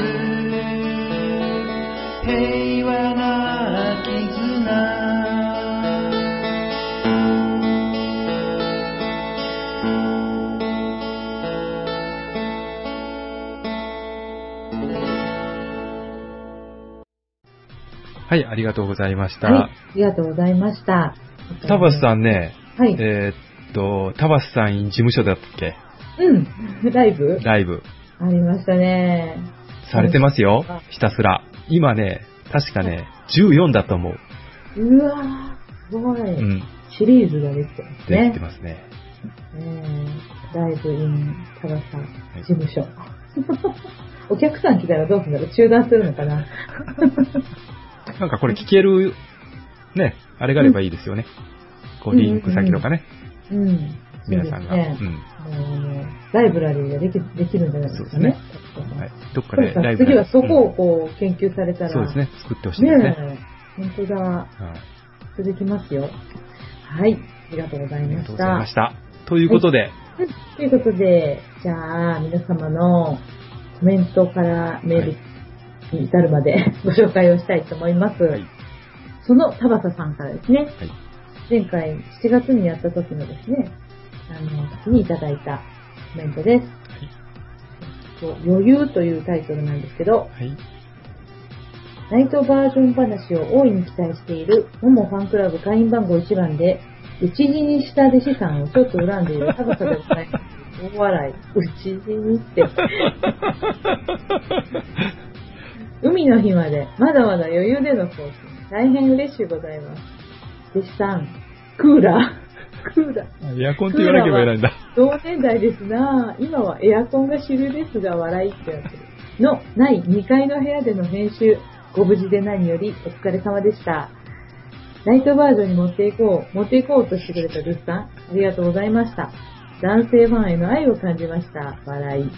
平和な絆
はい、ありがとうございました。
はい。ありがとうございました。
田橋さ
ん。
んね、
はい。
えーっと、田橋さん事務所だったっけ
うん。 ライブ
ライブ。
ありましたね。
されてますよ
あ。
ひたすら。今ね、確かね、14だと思う。
うわー、すごい。
うん。
シリーズができてます
で
ね。
きてますね。
えーライブインタバサ
い
事務所。 お客さん来たらどうするんだろう中断するの かな
なんかこれ聞ける、ね、あれがあればいいですよね。こう、リンク先とかね、
うん。
皆さんが。
そう
う
ですね
ん。
もうライブラリーができできるんじゃないですかね。
はい。どっか
そうで
です
ね
ライブ
次はそこ
を
をこう研究されたら。
そうですね、作ってほしい
ね
です
え。
ね。
本当だ。
はい
続きますよ。はい。ありがとうござ
あ
い
り
ま
がとうご
し
ざい
た
まし。た。ということで、
はいということで、じゃあ、皆様のコメントからメールに至るまでご紹介をしたいと思います。
はい。
その田畑さんからですね、
はい。
前回7月にやった時のですね、あの、時にいただいたコメントです。余裕というタイトルなんですけど、
はい。
ナイトバージョン話を大いに期待している、モモファンクラブ会員番号1番で、内地に下で資産をちょっと恨んでいる高さでございます。大笑い。内地にって。海の日まで、まだまだ余裕での更新。大変嬉しいございます。弟子さん、クーラー。クーラ ー。
エアコンって言わなければいけないんだ。
同年代ですなぁ今はエアコンが主流ですが笑いってやつのない2階の部屋での編集ご無事で何よりお疲れ様でしたライトバージョンに持っていこう持っていこうとしてくれたデスさんありがとうございました男性ファンへの愛を感じました笑い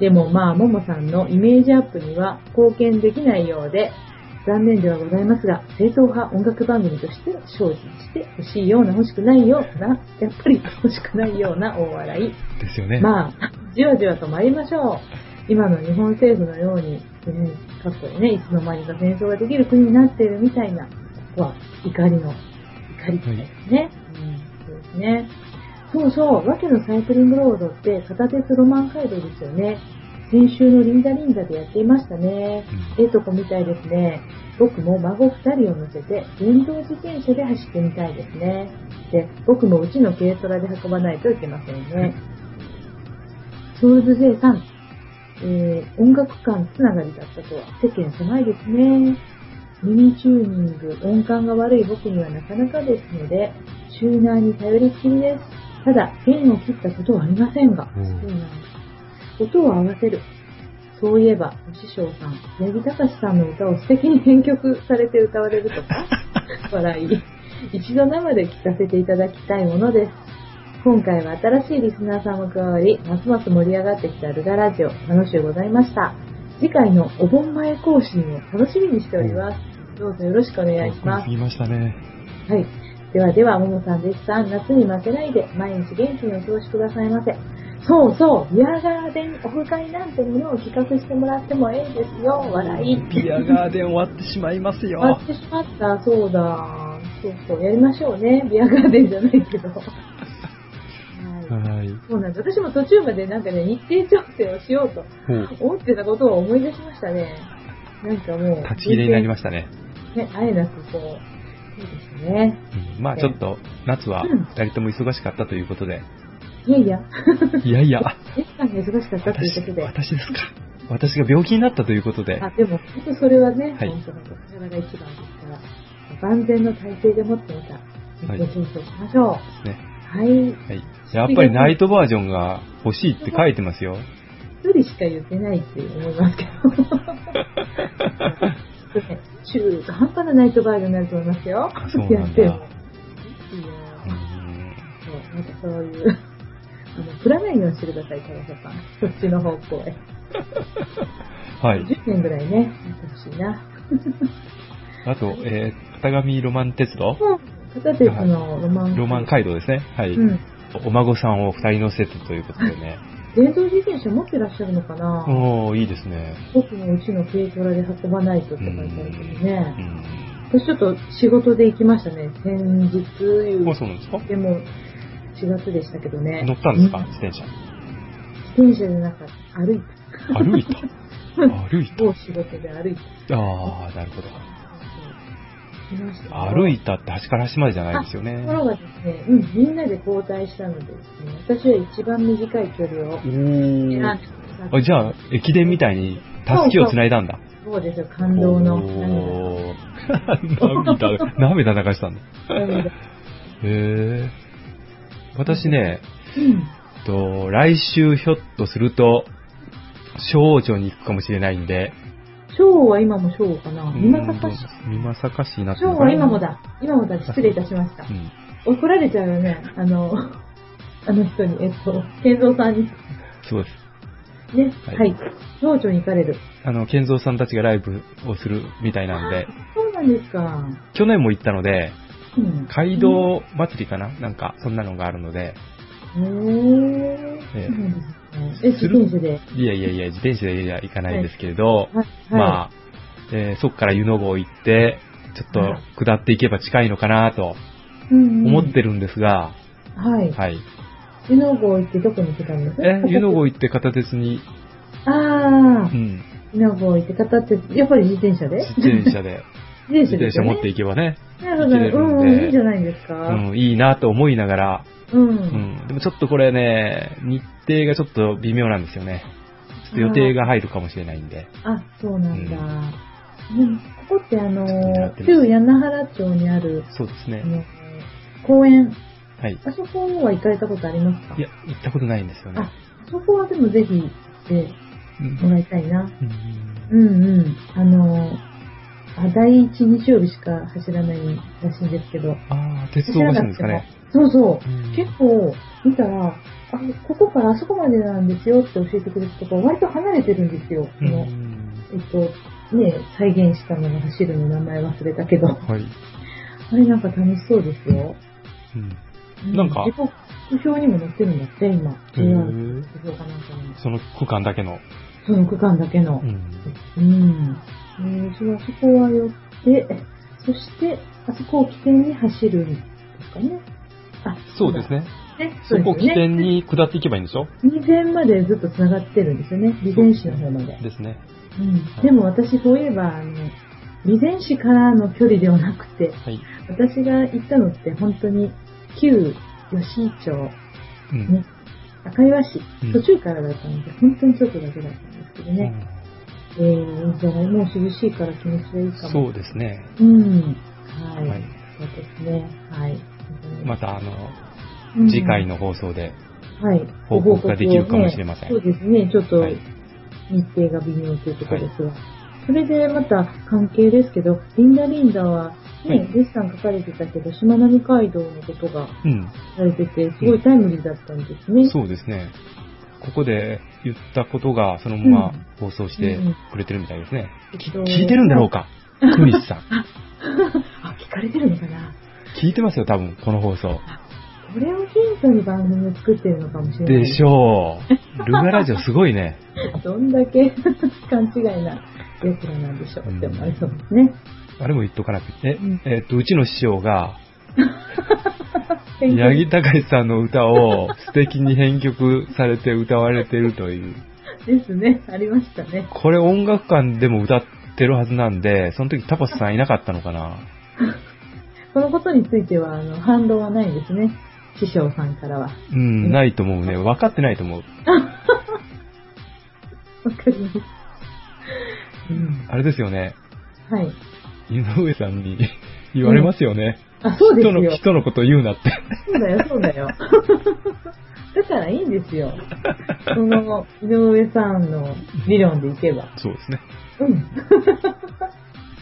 でもまあももさんのイメージアップには貢献できないようで残念ではございますが、正統派音楽番組として精進して欲しいような欲しくないような、やっぱり欲しくないような大笑い。
ですよね。
まあ、じわじわと参りましょう。今の日本政府のように、うん、過去にね、いつの間にか戦争ができる国になっているみたいな、ここは怒りの、怒りですね。うん、そうですね。そうそう、わけのサイクリングロードって、片鉄ロマン街道ですよね。先週のリンダリンダでやっていましたね。ええとこみたいですね。僕も孫2人を乗せて、電動自転車で走ってみたいですね。で、僕もうちの軽トラで運ばないといけませんね。ソウルズ J さん、えー、音楽館つながりだったとは、世間狭いですね。ミニチューニング、音感が悪い僕にはなかなかですので、チューナーに頼りっきりです。ただ、弦を切ったことはありませんが、
うん
そうなんです音を合わせる。そういえば、お師匠さん、八木隆さんの歌を素敵に編曲されて歌われるとか、笑い。一度生で聴かせていただきたいものです。今回は新しいリスナーさんも加わり、ますます盛り上がってきたルガラジオ、楽しゅうございました。次回のお盆前更新を楽しみにしております。どうぞよろしくお願いします。
言いましたね。
はい。ではでは、ももさん、でしさん、夏に負けないで、毎日元気にお過ごしくださいませ。そうそう、ビアガーデンオフ会なんてものを企画してもらってもええんですよ、笑い。
ビアガーデン終わってしまいますよ。
終わってしまった、そうだ。そうそう、やりましょうね。ビアガーデンじゃない けど。はい。
はい。
そうなんです。私も途中までなんかね、日程調整をしようと
ほう
思ってたことを思い出しましたね。なんかもう、
立ち切れになりましたね。
ね、あえなくこう、そうですね。
うんまあちょっと、夏は
うん
二人とも忙しかったということで、
いやいや、
いやいや、
レスさんが忙しかったということ
私、
で。
私ですか。私が病気になったということで
あ、、でも、本当それはね、
はい
本当にそれが一番ですから、万全の体制でもってまた、
はい
実験調整しましょう。
ね。
は
は
い。
い。やっぱりナイトバージョンが欲しいって書いて ますよ。
一人しか言ってないって思いますけど。 中途半端なナイトバージョンになると思いますよ
あ。そうなんだ
やっても。いや
う
ー
ん
そう、なんかそういう、あの、振らないようにしてください、田中さん。そっちの方向へ。
はい。
10年ぐらいね、やってほしいな。
あと、えー、片上ロマン鉄道
もう、片手のロマン。
ロマン街道ですね。はい。
うん。
お孫さんを二人乗せてということでね。
電動自転車持ってらっしゃるのかな、
おー、いいですね。
僕もうちの軽トラで運ばないと
う
って書いてあるけどね。
ん。
私ちょっと仕事で行きましたね。先日
うん
言
あ、
う
そうなんですか
でも4月でしたけどね。
乗ったんですか
う
自転車。
自転車じゃなかった。歩い
歩いた歩い
た。もう仕事で歩いた。
た。あー、なるほど。
そう来ましたよ
歩いたって端から端までじゃないですよ
と
ね
こ。ろがですね、うん、みんなで交代したのでですね、私は一番短い距離を
お
選んで
ー。
くださ
あじゃあ、駅伝みたいに、たすきを繋いだんだ。
そうですよ、感動の涙。
おー 涙、涙流したんだ。
涙
へえ。私ね、
うん
えっと、来週ひょっとすると、少女に行くかもしれないんで、
章は今も章かな今
う
坂市。
ん美作市になって
章は今も。だ。今もだ。失礼いたしました
う。ん。
怒られちゃうよね。あの、 あの人に、えっと、健三さんに。
そうです。
ね。
はい
はい。情緒に行かれる。
あの、健三さんたちがライブをするみたいなん で、
そうなんですか。
去年も行ったので、
うん。
街道祭りかななんか、そんなのがあるので、
へぇ
ええ
え、自転車で。
いやいやいや、自転車では行かないですけれど、
はい。
まあ、えーそっから湯の郷行って、ちょっと下っていけば近いのかなと思
思
ってるんですが、
はい。
はい。
湯の郷行ってどこに行ってたんです
え、湯の郷行って片手に、う
あー。
ん、
湯の郷行って片手、やっぱり自転車で
自転車で、
自
自転車持って
行
いけばね、
く。なるほどなるほど。
行
う
け
ん
るん
う
で
ん、いいじゃないですか。
うん、いいなと思いながら、
うん
うん、でもちょっとこれね、日程がちょっと微妙なんですよね。ちょっと予定が入るかもしれないんで、
あ、そうなんだ。うん、ここってあの
狙ってま、す
旧柳原町にある、
そうです
あ
ね。
の、公園、
はい。
あそこは行かれたことありますか
いや、行ったことないんですよね
あ。、そこはでもぜひ行って
うん
もらいたいな。
うん
うんうん。あの、あ第一日曜日しか走らないらしいんですけど。
ああ、鉄道がしるんですかね。
そうそう
うん。
結構見たら、あ、ここからあそこまでなんですよって教えてくれるとこ割と離れてるんですよ。
う
そ
ん
のえっと、ね、再現したのが走るの名前忘れたけど、あ
はい。
れなんか楽しそうですよ。
うん
う
なんか
時刻表にも載ってるんだって、今。
へ
JR の
ー
時刻表かなんかに。
その区間だけの。
その区間だけの。うん。えー、それはそこは寄って、そして、あそこを起点に走るんですかね。あ、
そうです
ね。
ね。
ね。
そこを
です
起
よ
点。に下っていけばいいんでしょ
未前までずっと繋がってるんですよね。備前市の方まで。
ですね。
うん。でも私、そういえば、あの、備前市からの距離ではなくて、
はい。
私が行ったのって本当に、旧吉井町、
うん。
ね、赤岩市
うん、
途中からだったので、本当にちょっとだけだったんですけどね。えー、いいんじゃないもう涼しいから気持ちがいいかも。
そうですね。
うん。はい。
はい
そうですね。はい。
また、あの、
うん
次回、の放送で。
はい、
報告ができるかもしれません
ご報告をねそうですね。ちょっと
はい
日程が微妙というところですが。それでまた関係ですけど、リンダリンダは
は
ね、
い
デッサン書かれてたけど、しまなみ海道のことが
うん。
されてて、すごいタイムリーだったんですね。
そうですね。ここで言ったことがそのまま
うん
放送してくれてるみたいですね。
えっ
き
と
聞いてるんだろう か、クニスさん。
あ、聞かれてるのかな
聞いてますよ、多分、この放送。
これをヒントに番組を作ってるのかもしれない。
でしょう。ルガラジオすごいね。
どんだけ勘違いな奴らなんでしょうって思われそうですね。
あれも言っとかなくて。
うん
え、えっと、うちの師匠が、
偏見
八木隆さんの歌を素敵に編曲されて歌われてるという。
ですね。ありましたね。
これ音楽館でも歌ってるはずなんで、その時タパスさんいなかったのかな。
このことについては、あの、反論はないですね。師匠さんからは。わ
うん、ないと思うね。分かってないと思う。
かります。うん。
あれですよね。
はい。
井上さんに 言われますよね。
あ、そうです
人
よ
の、。人のこと言うなって。
そうだよ、そうだよ。 だからいいんですよ。その、井上さんの理論でいけば。
そうですね。
うん。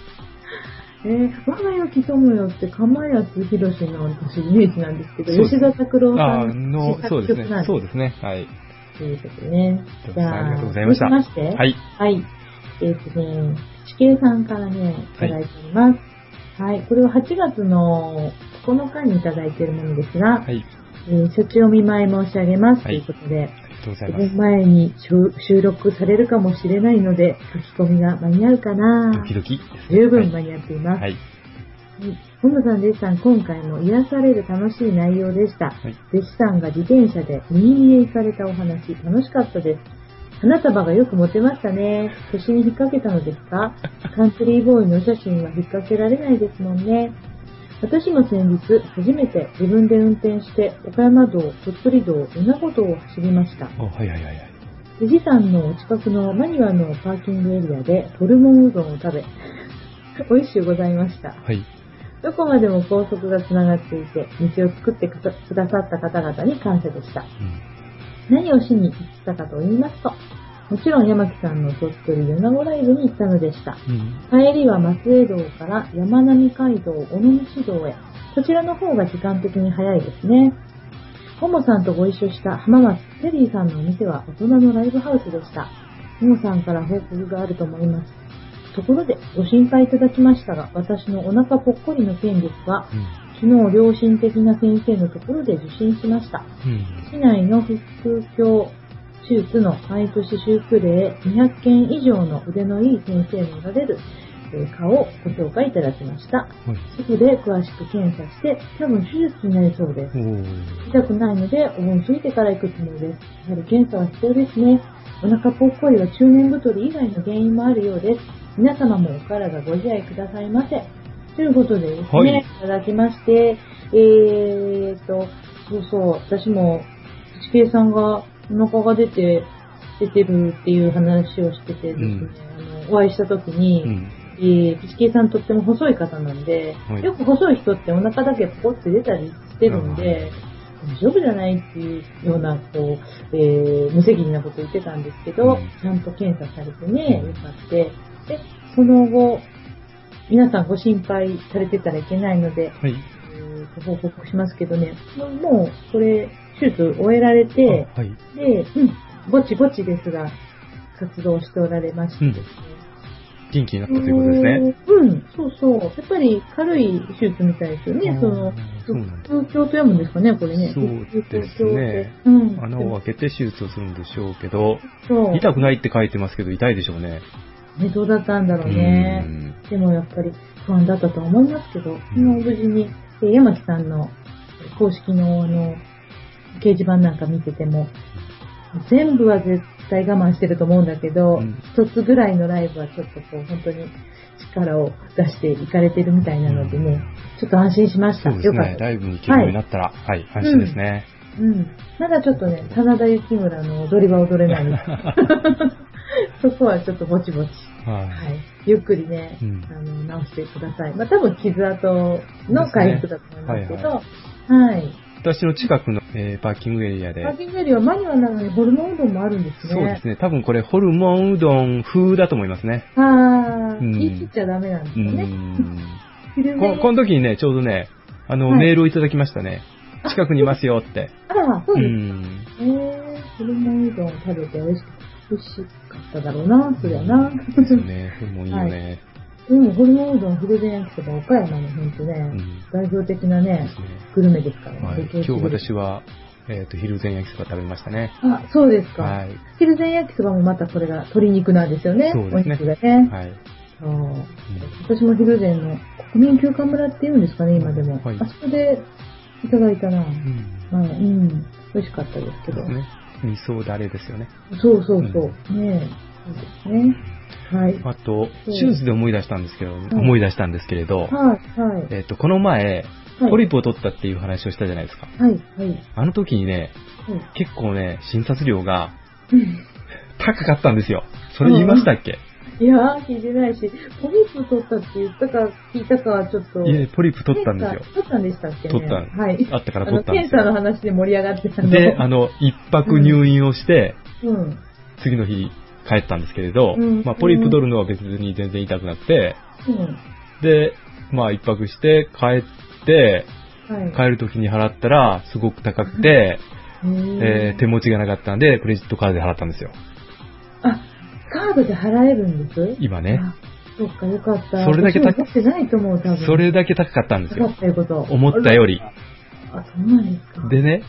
えー、我が良き友よって、釜安博士の私イメージなんですけど、
そうです
吉田拓郎さ
あ
ん
の、そうですね。そう
で
ですね。はい。
す。ということでね。
どう
じ
も
ゃあ、
ありがとうございました。
続きまして、
はい。
はい。えっ、とね、地形さんからね、いただいております。はい。これは8月の9日にいただいているものですが、
はい。
えー、処置お見舞い申し上げます。
はい
ということで、
ありがとうござい
5
ます
分。前に収収録されるかもしれないので、書き込みが間に合うかな
ドキドキですね。
十分間に合っています。
はい。
本田さん、弟子さん、今回も癒される楽しい内容でした。
はい。
弟子さんが自転車で新見へ行かれたお話、楽しかったです。花束がよく持てましたね。腰に引っ掛けたのですかカントリーボーイのお写真は引っ掛けられないですもんね。私も先日、初めて自分で運転して、岡山道、鳥取道、米子道を走りました。
おはいはいはいはい。
富士山のお近くのマニュアのパーキングエリアで、ホルモンうどんを食べ、美味しゅうございました。
はい。
どこまでも高速がつながっていて、道を作ってくだくださった方々に感謝でした。
うん
何をしに行ったかと言いますと、もちろん山木さんの鳥取米子ライブに行ったのでした。
うん。
帰りは松江道から山並街道、尾道道へ。こちらの方が時間的に早いですね。ももさんとご一緒した浜松テリーさんのお店は大人のライブハウスでした。ももさんから報告があると思います。ところで、ご心配いただきましたが、私のお腹ぽっこりの件ですが、
うん
昨日良心的な先生のところで受診しました。
うん。
市内の腹腔鏡手術の毎年修復例200件以上の腕のいい先生のおられるえー科をご紹介いただきました。
はい。
そこで詳しく検査して、多分手術になりそうです
お。
痛くないので、お盆過ぎてから行くつもりです。やはり検査は必要ですね。お腹ぽっこりは中年太り以外の原因もあるようです。皆様もお体ご自愛くださいませ。ということでですね、
はい
い、ただきまして、えーと、そうそう、私も、土系さんがお腹が出て、出てるっていう話をしててですね、
うん
あのお会いした時に、
うん。
えー、ピチケイさんとっても細い方なんで、
はい
よく細い人ってお腹だけポコって出たりしてるんで、大丈夫じゃないっていうような、こう、えー、無責任なこと言ってたんですけど、
うん
ちゃんと検査されてね、
うん
よかって、で、その後、皆さんご心配されてたらいけないので、
はい。
えーご報告しますけどね、もうもうこれ、手術終えられて、
あはい。
で、うん、ぼちぼちですが、活動しておられましてですね、
元気になったということですね。
うん、そうそう。やっぱり軽い手術みたいですよ
あ
ね。
ー
その、
そうなんだ
腹腔鏡と読むんですかね、これね。
そうですね
腹腔鏡ってうん。
穴を開けて手術をするんでしょうけど、
そう。
痛くないって書いてますけど、痛いでしょうね。
ね、どうだったんだろう
う
ね。
ん
でもやっぱり不安だったとは思いますけど、もう無事に、えー山木さんの公式の、あの、掲示板なんか見てても、全部は絶対我慢してると思うんだけど
うん、
一、つぐらいのライブはちょっとこう、本当に力を出していかれてるみたいなのでね、ちょっと安心しました。
そうです
よかっ
ね。
た。
ライブに行けるようになったら、はい、安心ですね。
うん。まだちょっとね、真田幸村の踊りは踊れな い んでそこはちょっとぼちぼち。
はい
はい。ゆっくりね、
うん
あの、直してください。まあ、多分傷跡の回復だと思いますけど、はい、
私の近くの、えーパーキングエリアで、
パーキングよりはマニュアルなのにホルモンうどんもあるんですね。
そうですね。多分これ、ホルモンうどん風だと思いますね。
ああ、
うん
言い切っちゃダメなんで
う
すよね。
ん。
昼
こ
寝
この時にね、ちょうどね、あの、
はい
メールをいただきましたね。近くにいますよって。
あら、そう
う
ですね。
ん。
えー、ホルモンうどんを食べて美味しか美味しかっただろうな、そりゃな。
ですよね。ホルモンいいよね。
うん、ホルモンうどん、古田焼きそば、岡山の本当ね、
ん
代表的な
で、
ね
すね。
グルメですからね。
はい。今日私は、えっ、と、昼前焼きそば食べましたね。
あ、そうですか。
はい。
昼前焼きそばもまたこれが鶏肉なんですよね。
そうですね
お肉がね。
はい。
そう私も昼前の国民休暇村っていうんですかね、今でも。
はい
あそこでいただいたな。
うん。
まあ、うん。美味しかったですけ
そう
ど。
ですね。味噌だれですよね。
そうそうそう。ねえ。そうですね。はい。
あと、
うん
シューズで思い出したんですけど、思い出したんですけれど、
はい、はい。
えっ、と、この前、
はい
ポリプを取ったっていう話をしたじゃないですか。
はい、はい。
あの時にね、
はい
結構ね、診察料が
うん
高かったんですよ。それ言いましたっけ、
いやー、聞いてないし、ポリープ取ったって言ったか聞いたかはちょっと。
いえ、ポリプ取ったんですよ。
取ったんでしたっけ、ね、
取ったん
はい。
あったから
あ
取
の、
ったんで
検
すよ
査の話で盛り上がってたの
で、あの、一泊入院をして、
うん。
次の日帰ったんですけれど、
うん
まあ、ポリプ取るのは別に全然痛くなくて、
うん。
で、まあ、一泊して帰って、
はい。
帰る時に払ったら、すごく高くて、え
え
ー手持ちがなかったんで、クレジットカードで払ったんですよ。
あ、カードで払えるんです
今ね。
あそっか、よかった。
それだけ
高
高
持ってないと思う、多分。
それだけ高かったんです
よか
よ。
ったいうこと。
思ったより。
あ、そうなんですか。
でね、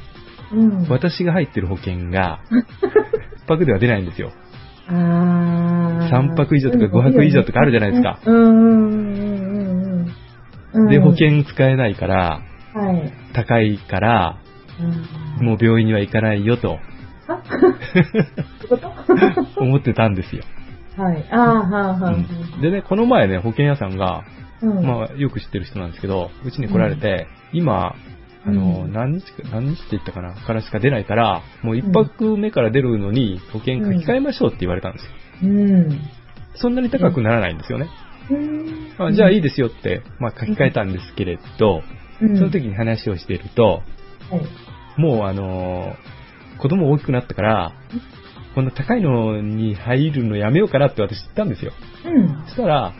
うん。
私が入ってる保険 が、一泊では出ないんですよ。
あー。
3泊以上とか5泊以上とかあるじゃないですか
うんうんうんうんうん。
で、保。険使えないから、
はい。
高いから、
うん
もう病院には行かないよ と
あってことは
思ってたんですよ。
い。あー、はーはーは
うんでね、この前ね、保険屋さんが、
ー。うん。
まあ、よく知ってる人なんですけど、うちに来られて、今、あの、
うん
何日か、何日って言ったかな、からしか出ないから、もう一泊目から出るのに保険書き換えましょうって言われたんですよ。
うん。
そんなに高くならないんですよね。
うん
あじゃあいいですよって、まあ書き換えたんですけれど、
うん
その時に話をしていると、
はい。
もうあのー子供大きくなったから、こんな高いのに入るのやめようかなって私言ったんですよ。
うん
そ。したら、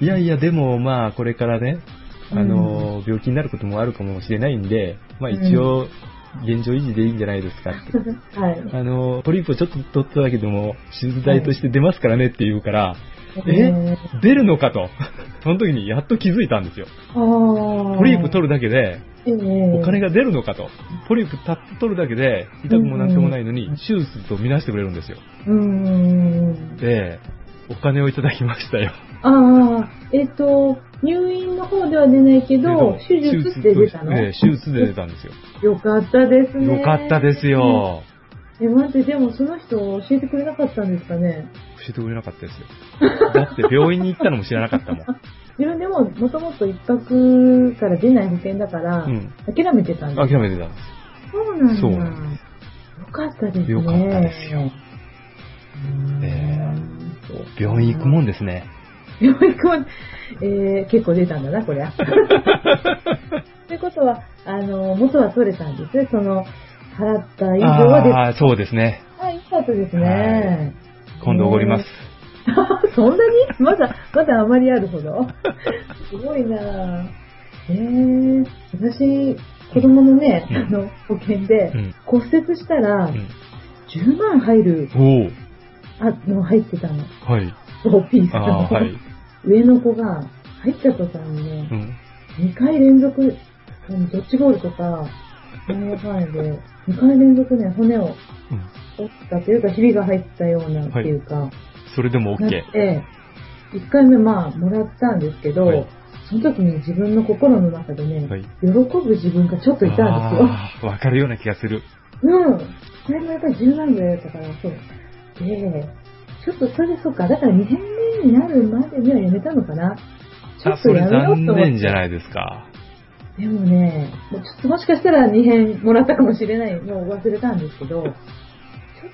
いやいや、でもまあこれからね、あのー病気になることもあるかもしれないんで、まあ一応、現状維持でいいんじゃないですかって。
はい。
あのーポリープをちょっと取っただけでも、手術代として出ますからねって言うから、え
ー
出るのかと。その時にやっと気づいたんですよ。
あー
ポリープ取るだけで、
ええ
お金が出るのかと。ポリープたっと取るだけで、痛くもなんともないのに
うん、
手術と見なしてくれるんですよ。
うーん。
で、お金をいただきましたよ。
ああ、えっ、と、入院の方では出ないけど、手術で出たの、
ええ手術で出たんですよ。
よかったですね。
よかったですよ。
え、待って、でもその人教えてくれなかったんですかね
教えてくれなかったですよ。だって病院に行ったのも知らなかったもん。
自分でももともと一泊から出ない保険だから、
うん
諦めてたんです。
諦めてたんで
そうなんだ。
そう
よ
なん
かったですね。
よかったですよ
うーん。
えす。病院行くもんですね。
病院行くもん。えー、結構出たんだな、こり ゃ。ということは、あの、元は取れたんですね。その、払った以上は出た。
ああ、そうですね。
あ、よかったですね。
今度おごります。
そんなにまだ、まだあまりあるほど。すごいなぁ。えー、私、子供のね、
うん
あの、保険で
うん、
骨折したら
う、ん
10万入る、
おお
あの、入ってたの。
はい。
そう、ピース
あ
の。
あ、はい。
上の子が、入った途端にね
う、ん。
2回連続、あのドッジボールとか、なんやかんやで、2回連続ね、骨を
うん
折ったというか、ひびが入ったようなっていうか、
それでも
な
OK
っ。て、1回目まあもらったんですけど、
はい
その時に自分の心の中でね、
はい
喜ぶ自分がちょっといたんです よ。
ああわかるような気がする。
うん。それもやっぱり10万ぐらいだったから、そう。で、ちょっとそれでそうか、だから2年目になるまでにはやめたのかな。ちょ
あ、
っ
そ
と
れ
やめよう
残
と思っ
念
て。
じゃないですか。
でもね、もうちょっともしかしたら2編もらったかもしれない。もう忘れたんですけど、ちょっ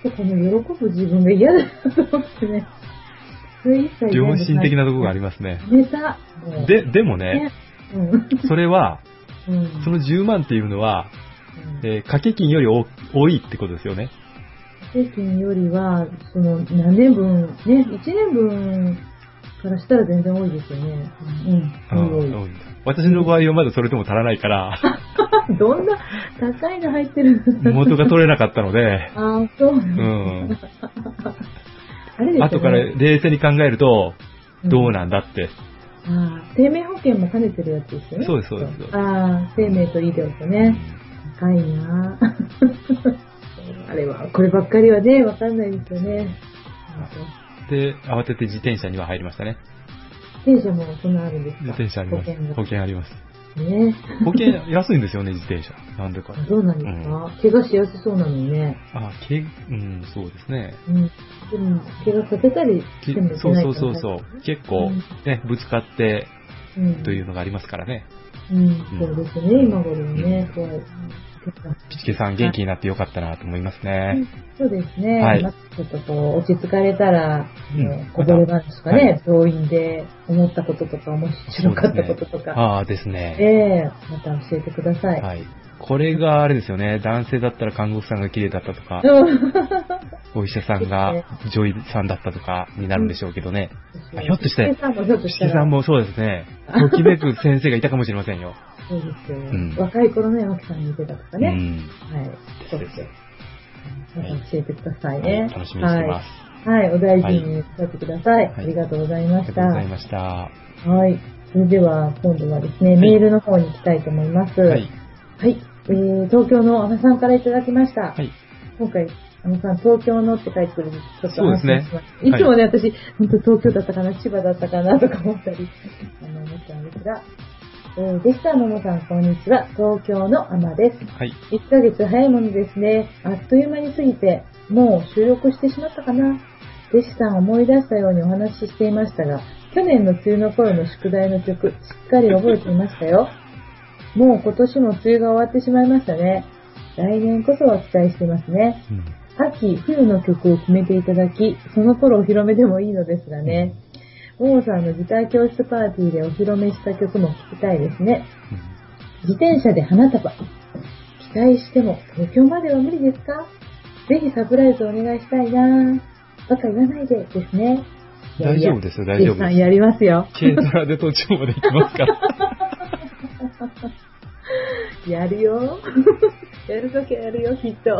とこの喜ぶ自分が嫌だなと思ってね。それ一切嫌
良心的なところがあ
り
りますね。
やめた。もう、
で、でもね、
うん。
それは、
うん。
その10万っていうのは、
うん
えー掛け金より多多いってことですよね。
平均よりは、その何年分、ね、1年分からしたら全然多いですよね。
う
う、
ん
うんん、多
多い私の場合はまだそれでも足らない から、
い。 どんな高いの入ってるんだ
元が取れなかったので、
ああ、そうなん
う
だ。
ん。
あれですよね。
後から冷静に考えると、どうなんだって。
ああ、生命保険も兼ねてるやつですよね。
そうですそうですそうです
ああ、生命と医療とね。高い なああれは、こればっかりはね、わかんないですよね。
で、慌てて自転車には入りましたね。
自転車もそんなあるんですか
自転車あります
保険。が
保険あります。
ね
保険安いんですよね、自転車。なんでか。
どうなんですか、怪我しやすそうなのにね。
あ、け、うん、そうですね。
うん。でも、怪我させたり
き
してもいけ
そう
ない
そ
か
う
ら
そうそう。結構
うん、
ね、ぶつかって
うん。
というのがありますからね。
うん、そうですね、今頃はね、怖い。
ピチケさん元気になってよかったなと思いますね。
そうですね、
はい
まあちょっとこう、落ち着かれたら、
うん
あのこぼれ話とかね、病院で思ったこととか、面白かった
そうで
こ
すね
ととか、
ああ、ですね。
ええまた教えてください。
はい。これがあれですよね。男性だったら看護婦さんが綺麗だったとか、
うん
お医者さんが女医さんだったとかになるんでしょうけどね。あひょっとして
ピチケさんもひょっと
ピ
し
チ
た
ケ
ら。
さんもそうです ね。ときめく先生がいたかもしれませんよ。
そうですよ、
ん
若い頃ね、脇さんに似てたとか
う
ね。
ん。
はい。そうですよ。ま
はい
た教えてください
はい
ね。
楽しみにしてます。
はい。はい、お大事に使ってください。
い
ありがとうございま
あり
し
がとうござい
た。
ました。は
はい。それでは、今度はですね、メールの方に行きたいと思います。はいい。。えー、東京のアナさんからいただきました。
はい。
今回、アナさん、東京のって書いてくるのでちょっと
そうですね
安心しましたいつもね、私、本当東京だったかな、千葉だったかな、とか思ったり、あの、思ったんですが、えー、でした、ももさん、こんにちは。東京のアナです。
はい。
1ヶ月早いものですね。あっという間に過ぎて、もう収録してしまったかな。弟子さん思い出したようにお話ししていましたが、去年の梅雨の頃の宿題の曲、しっかり覚えていましたよ。もう今年も梅雨が終わってしまいましたね。来年こそは期待していますね。
うん
秋、冬の曲を決めていただき、その頃お披露目でもいいのですがね。ももさんのギター教室パーティーでお披露目した曲も聞きたいですね。自転車で花束。期待しても東京までは無理ですかぜひサプライズお願いしたいなぁ。バカ言わないでですね。
大丈夫
す。
ですよ、大丈夫
さ
で
ん
す。
やりますよ。
軽トラで途中まで行きますから。
やるよ。 やるときやるよ、きっと。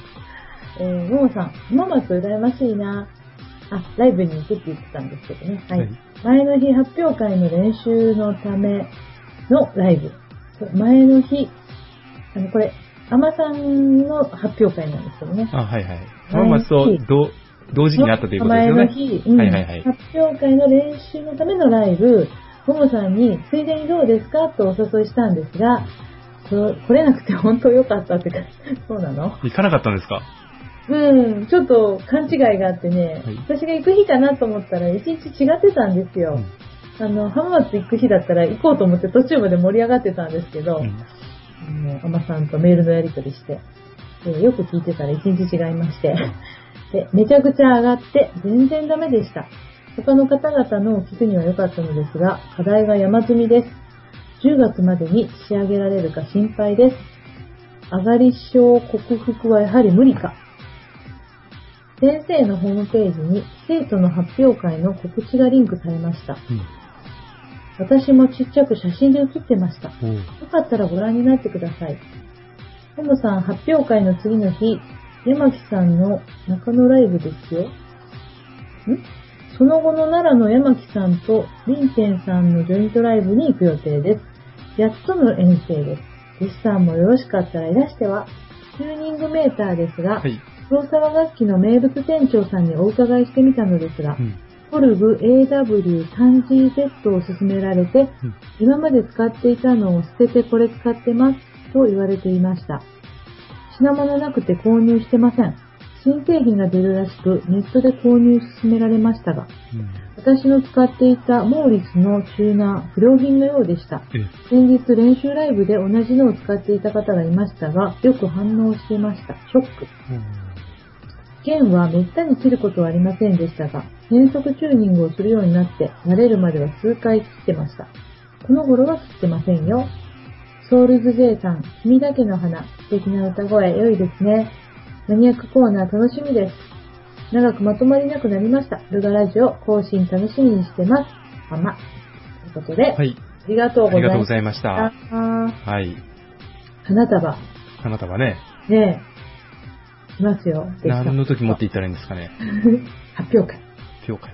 えー、ももさん、浜松羨ましいな。あ、ライブに行くって言ってたんですけどね。はい。
はい
前の日発表会の練習のためのライブ。前の日、あの、これ、アマさんの発表会なんですけどね。
あ、はいはい。浜松と同同時期にあったということです
前
よ
の
ね。
日、うん
はいはいはい
発表会の練習のためのライブ、ももさんに、ついでにどうですかとお誘いしたんですが、こ来れなくて本当良かったってか、そうなの
行かなかったんですか
うん、ちょっと勘違いがあってね、
はい
私が行く日かなと思ったら、一日違ってたんですよ。あの、浜松行く日だったら行こうと思って途中まで盛り上がってたんですけど、
うん
あの、アマさんとメールのやり取りして、えーよく聞いてたら一日違いまして、 で、めちゃくちゃ上がって全然ダメでした。他の方々のを聞くには良かったのですが、課題が山積みです。10月までに仕上げられるか心配です。上がり症克服はやはり無理か。先生のホームページに生徒の発表会の告知がリンクされました。私もちっちゃく写真で写ってました。
うんおう
よかったらご覧になってください。トムさん、発表会の次の日、山木さんの中野ライブですよ。んその後の奈良の山木さんと林健さんのジョイントライブに行く予定です。やっとの遠征です。弟子さんもよろしかったらいらしては、チューニングメーターですが、
はい。
黒沢楽器の名物店長さんにお伺いしてみたのですが
う、ん
コルグ AW3GZ を勧められて、
うん
今まで使っていたのを捨ててこれ使ってますと言われていました。品物なくて購入してません。新製品が出るらしく、ネットで購入勧められましたが、
うん
私の使っていたモーリスのチューナー、不良品のようでした。
え
先日練習ライブで同じのを使っていた方がいましたが、よく反応していました。ショック。剣はめったに切ることはありませんでしたが、変速チューニングをするようになって、慣れるまでは数回切ってました。この頃は切ってませんよ。ソウルズ J さん、君だけの花、素敵な歌声、良いですね。マニアックコーナー楽しみです。長くまとまりなくなりました。ルガラジオ、更新楽しみにしてます。ママ。ということで、
はい。
ありがとう
あ
ご
り
ざ
がと
いうま
ご
した。
ざいました。はい。
花束、
花束ね、
ねえ、しますよ。できた
何の時持っていったらいいんですかね。
発表会。
了解。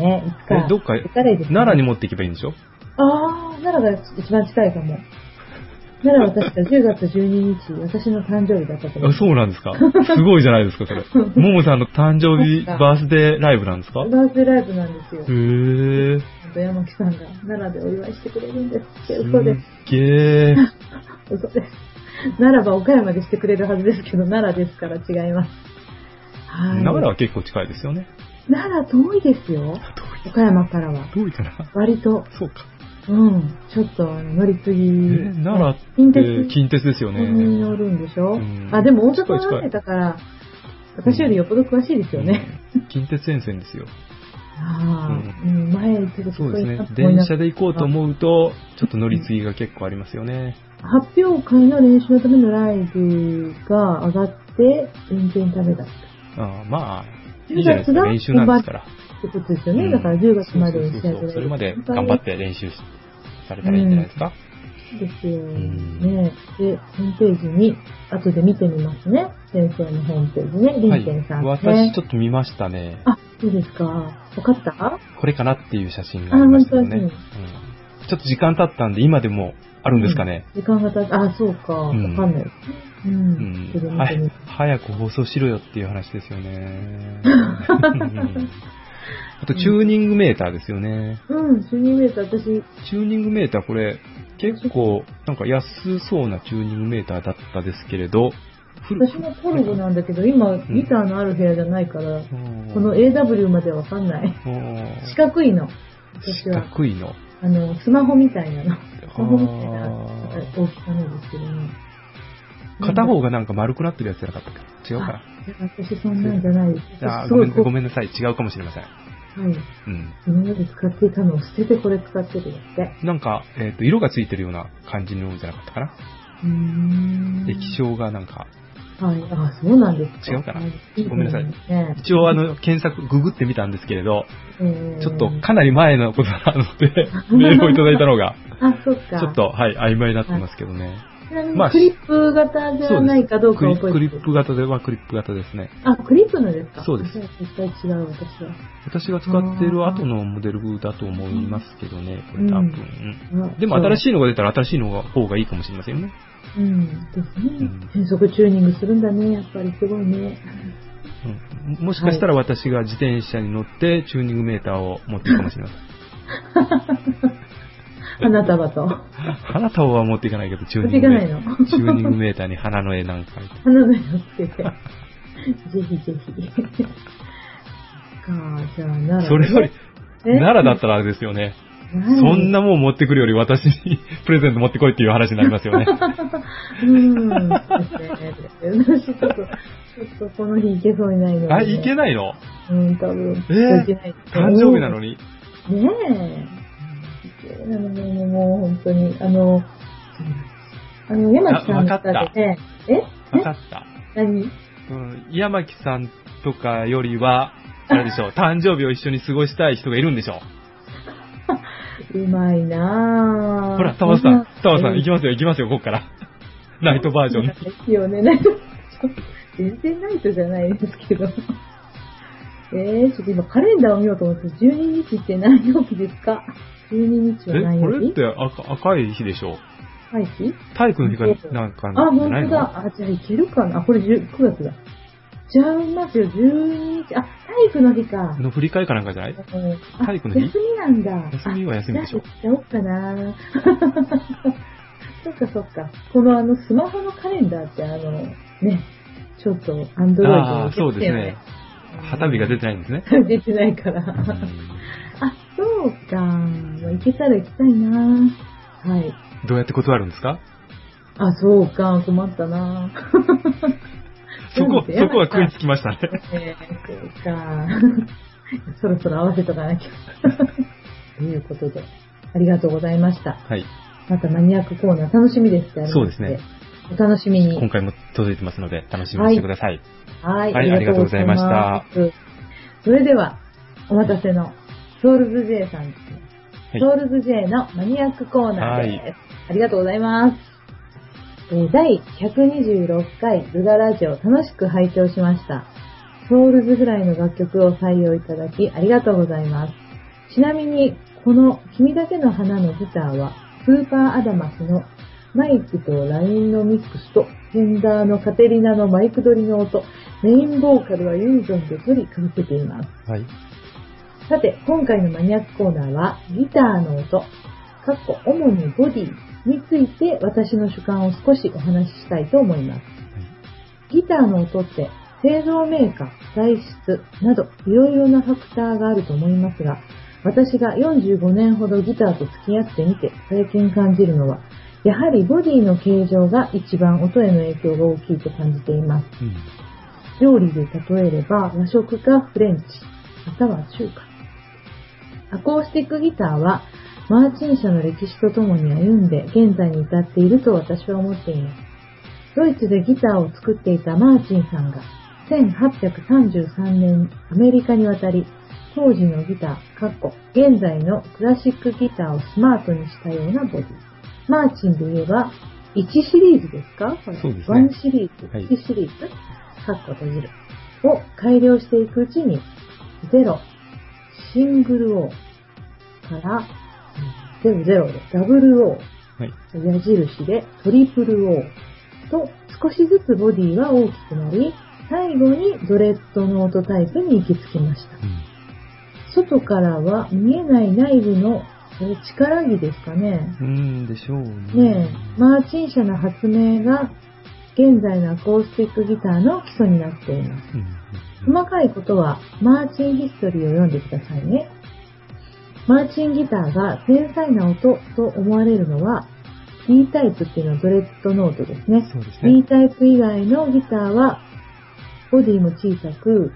ね、いつか。
え、どっか、
行ったらいいですね
奈良に持っていけばいいんでしょ
ああ、奈良が一番近いかも。奈良は確か10月12日、私の誕生日だったと思
あ
う。
そうなんです か。すごいじゃないですか、それ。ももさんの誕生日バースデーライブなんですかへ
バースデーライブなんですよ。
ー。
あと山木さんが奈良でお祝いしてくれるんですって。
す
嘘で
っげー。
す。嘘です。奈良は岡山でしてくれるはずですけど、奈良ですから違います。はい。
奈良は結構近いですよね。
奈良遠いですよ。
遠。。
岡山からはい
遠いかな。
割と、
そうか。
うん、ちょっと乗り継ぎ。
え奈良
近
っ
鉄
て近鉄ですよ
ここに
ね。
乗るんでしょ、
うん
あ、でも大阪
近い近
離
い
れたから、私よりよっぽど詳しいですよね。
うん近鉄沿線ですよ。
ああ、う、
うん
前行ってた
そうですね。
い
電車で行こうと思うと、ちょっと乗り継ぎが結構ありますよね。
発表会の練習のためのライブが上がって、全然ダメだった。
あーまあ、いいじゃないですか。練習なんですから。
ってことですよね。
うん
だから10月まで
そう
試
そう
合
そうそう
取
それまで頑張っ。て練習しされたらいいんじゃないですか。
ですよ。
ん
ねで、ホームページに、後で見てみますね。先生のホームページね。りんけんさん、ね
私ちょっと見ましたね。
あ、いいですか。わかった
これかなっていう写真がありましたよね。
あ
う
本
んちょっと時間経ったんで、今でもあるんですかね。
うん時間が経って、あ、そうか。わか
ん
んないですね。う
うんん。
ちょっと見
は
てみ
い
ます。
早く放送しろよっていう話ですよ ね。うんあと、チューニングメーターですよね。
うん、主任メーター、私、
チューニングメーター、これ、結構、なんか安そうなチューニングメーターだったですけれど、古
私もトルボなんだけど、今、ギターのある部屋じゃないから、
うん
この AW までわかんない。
うん
四角いの。私
四
は、
角いの。
あの、スマホみたいなの。スマホみたいな
あー
大きさなんですけどね。
片方がなんか丸くなってるやつじゃなかったっけ違うか
あ私そんなんじゃないです。
なあ
私
ー
す
ご
ご
め
い
ん
こう、
ごめんなさい。違うかもしれません。
はい。
うん。
今まで使っていたのを捨ててこれ使ってるんだって。
なんか、えっ、と、色がついてるような感じのじゃなかったかな。
うーん
液晶がなんか、
はい。あ、そうなんです
違うかな
はい
ごめんなさい
いですね
一応あの、検索、ググってみたんですけれど、
えー
ちょっとかなり前のことなの で、メールをいただいたのが、
あ、そっか。
ちょっと、はい、曖昧になってますけどね。
ちなみ
まあ
にクリップ型じゃないかどうか
ク
を
リ
覚え
ク
て
リ
る
ップ型ではクリップ型ですね。
あ、クリップのですか
そうです
じゃあ絶対違う、私は。
私が使っている後のモデルだと思いますけどね、これ多分。
うん
でも新しいのが出たら新しいのが方がいいかもしれませんよね。
うん、ですね。変速チューニングするんだね、やっぱりすごいね。
うんもしかしたら私が自転車に乗ってチューニングメーターを持っていくかもしれま せん。
花 束と。
花束は持っていかないけど、チューニ
私
ング
が
メ
な
ー
い
タ
の。
ー。チューニングメーターに花の絵なんか 描いて。
花の絵をつけて。ぜひぜひ。かじゃあ、奈良で。
それより、
え
奈良だったらあれですよね。
奈良
そんなもん持ってくるより私に プレゼント持ってこいっていう話になります よね。
うん。ですね。私ちょっと、ちょっとこの日行けそうにないので。
あ、いけないの
うん、多分。
えー
行けない
誕生日なのに。
ねえ。なのね、もうもう本当に、あの、あの、山木さんの方でね、え
わかった。
何
うん、矢巻さんとかよりは、あれでし ょう、誕生日を一緒に過ごしたい人がいるんでしょ
うまいな
う。
ぁ。
ほら、タワさん、タワさん、行き
ま
ますよ、行きますよ、ここから。ナイトバージョン。
ですよね、ナイト。全然ナイトじゃないですけど。えー、ちょっと今カレンダーを見ようと思って、12日って何曜日ですか ?12 日は何
え、こ
曜
れっ
日
て赤赤い日でしょう
はい日
体育の日かなんか
あ、
なんじゃ
本
ない
当
の
だ。あ、じゃあいけるかな。あ、これ10 9月だ。じゃあ、ますよ、12日。あ、体育の日か。
の振り替えかなんかじゃない
うんあ
体育の日
休みなんだ。
休みは休みでしょ
あじゃあ行っちゃおうかな。 そっかそっか。このあの、スマホのカレンダーってあの、ね、ちょっと、アンドロイド
ああ、そうですね。ハサミが出てないんです ね。
出てないから。
う
あ、
ん
そうか。行けたら行きたいな。はい。
どうやって断るんですか
あ、そうか。困ったな。
そこ、
なんで
そこは食いつきましたね。
えー、そうか。 そろそろ合わせとかなきゃ。 ということで、ありがとうございました。
はい。
またマニアックコーナー楽しみですってありま
そうですね。
お楽しみに。
今回も届いてますので、楽しみにしてください。
はい、
はいあ
す。それでは、お待たせの、ソウルズ J さんですね。
はい
ソウルズ J のマニアックコーナーです。
はい
ありがとうございます。えー第126回ルガラジオ楽しく拝聴しました。ソウルズフライの楽曲を採用いただきありがとうございます。ちなみに、この君だけの花のギターは、スーパーアダマスのマイクとラインのミックスと、フェンダーのカテリナのマイク取りの音、メインボーカルはユニゾンで取りかぶせています。
はい。
さて、今回のマニアックコーナーは、ギターの音、かっこ主にボディについて私の主観を少しお話ししたいと思います。ギターの音って製造メーカー、材質などいろいろなファクターがあると思いますが、私が45年ほどギターと付き合ってみて最近感じるのは、やはりボディの形状が一番音への影響が大きいと感じています。
うん
料理で例えれば和食かフレンチ、または中華。アコースティックギターはマーチン社の歴史とともに歩んで現在に至っていると私は思っています。ドイツでギターを作っていたマーチンさんが1833年アメリカに渡り、当時のギター、かっこ現在のクラシックギターをスマートにしたようなボディ。マーチンで言えば1シリーズですかこれ
そうですね
1シリーズ、
はい
1シリーズ、カッコ閉じるを改良していくうちに、0、シングル O から、00でダブル O、
はい。
矢印でトリプル O と少しずつボディは大きくなり、最後にドレッドノートタイプに行き着きました。
うん
外からは見えない内部のえー力技ですかね。
うんでしょうね
ねえ、マーチン社の発明が現在のアコースティックギターの基礎になっています。
うんうんうん
細かいことはマーチンヒストリーを読んでくださいね。マーチンギターが繊細な音と思われるのは D タイプっていうのはドレッドノートですね。
そうですね
D。タイプ以外のギターはボディも小さく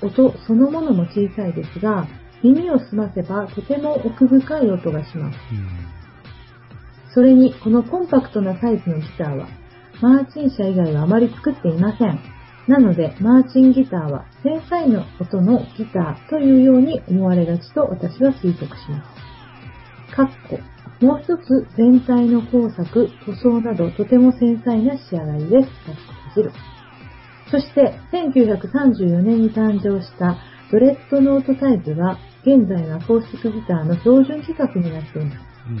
音そのものも小さいですが耳を澄ませばとても奥深い音がします。
うん
それに、このコンパクトなサイズのギターは、マーチン社以外はあまり作っていません。なので、マーチンギターは、繊細な音のギターというように思われがちと私は推測します。かっこ、もう一つ全体の工作、塗装などとても繊細な仕上がりです。かっこ閉じるそして、1934年に誕生したドレッドノートタイプが、現在のアコースティックギターの標準規格になっています。
うん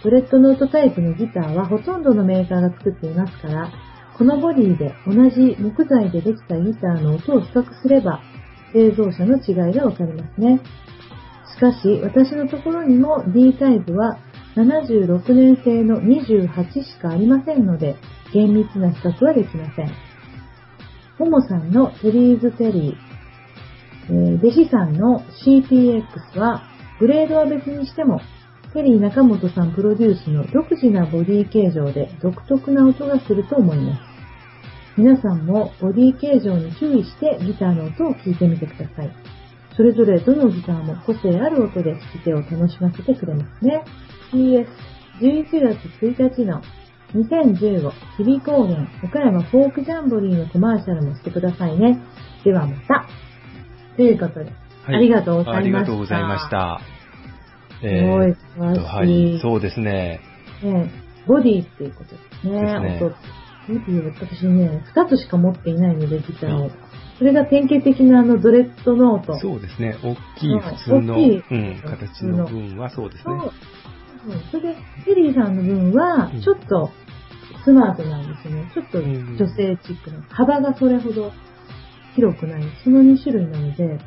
ブレッドノートタイプのギターはほとんどのメーカーが作っていますから、このボディで同じ木材でできたギターの音を比較すれば、製造者の違いがわかりますね。しかし、私のところにも D タイプは76年製の28しかありませんので、厳密な比較はできません。ももさんのテリーズテリー、えー弟子さんの CPX は、グレードは別にしても、テリー中本さんプロデュースの独自なボディ形状で独特な音がすると思います。皆さんもボディ形状に注意してギターの音を聞いてみてください。それぞれどのギターも個性ある音で聴き手を楽しませてくれますね。PS11 月1日の2015日比高原岡山フォークジャンボリーのコマーシャルもしてくださいね。ではまた。ということ
は
で、
い
ありがとうございました。
ありがとうございました。
すごい
えーっと、
詳しい。
はい、そうですね。
ね、ボディっていうことですね。
ですね
音ボディ私ね、二つしか持っていないので、ギターを。それが典型的なあのドレッドノート。
そうですね。大きい
はい
普通の、
大きい
うん、形の分はそうです
そう。
ね。
うんそれで、テリーさんの分は
うん、
ちょっとスマートなんですね。ちょっと
うん
女性チックな。幅がそれほど広くない。その2種類なので、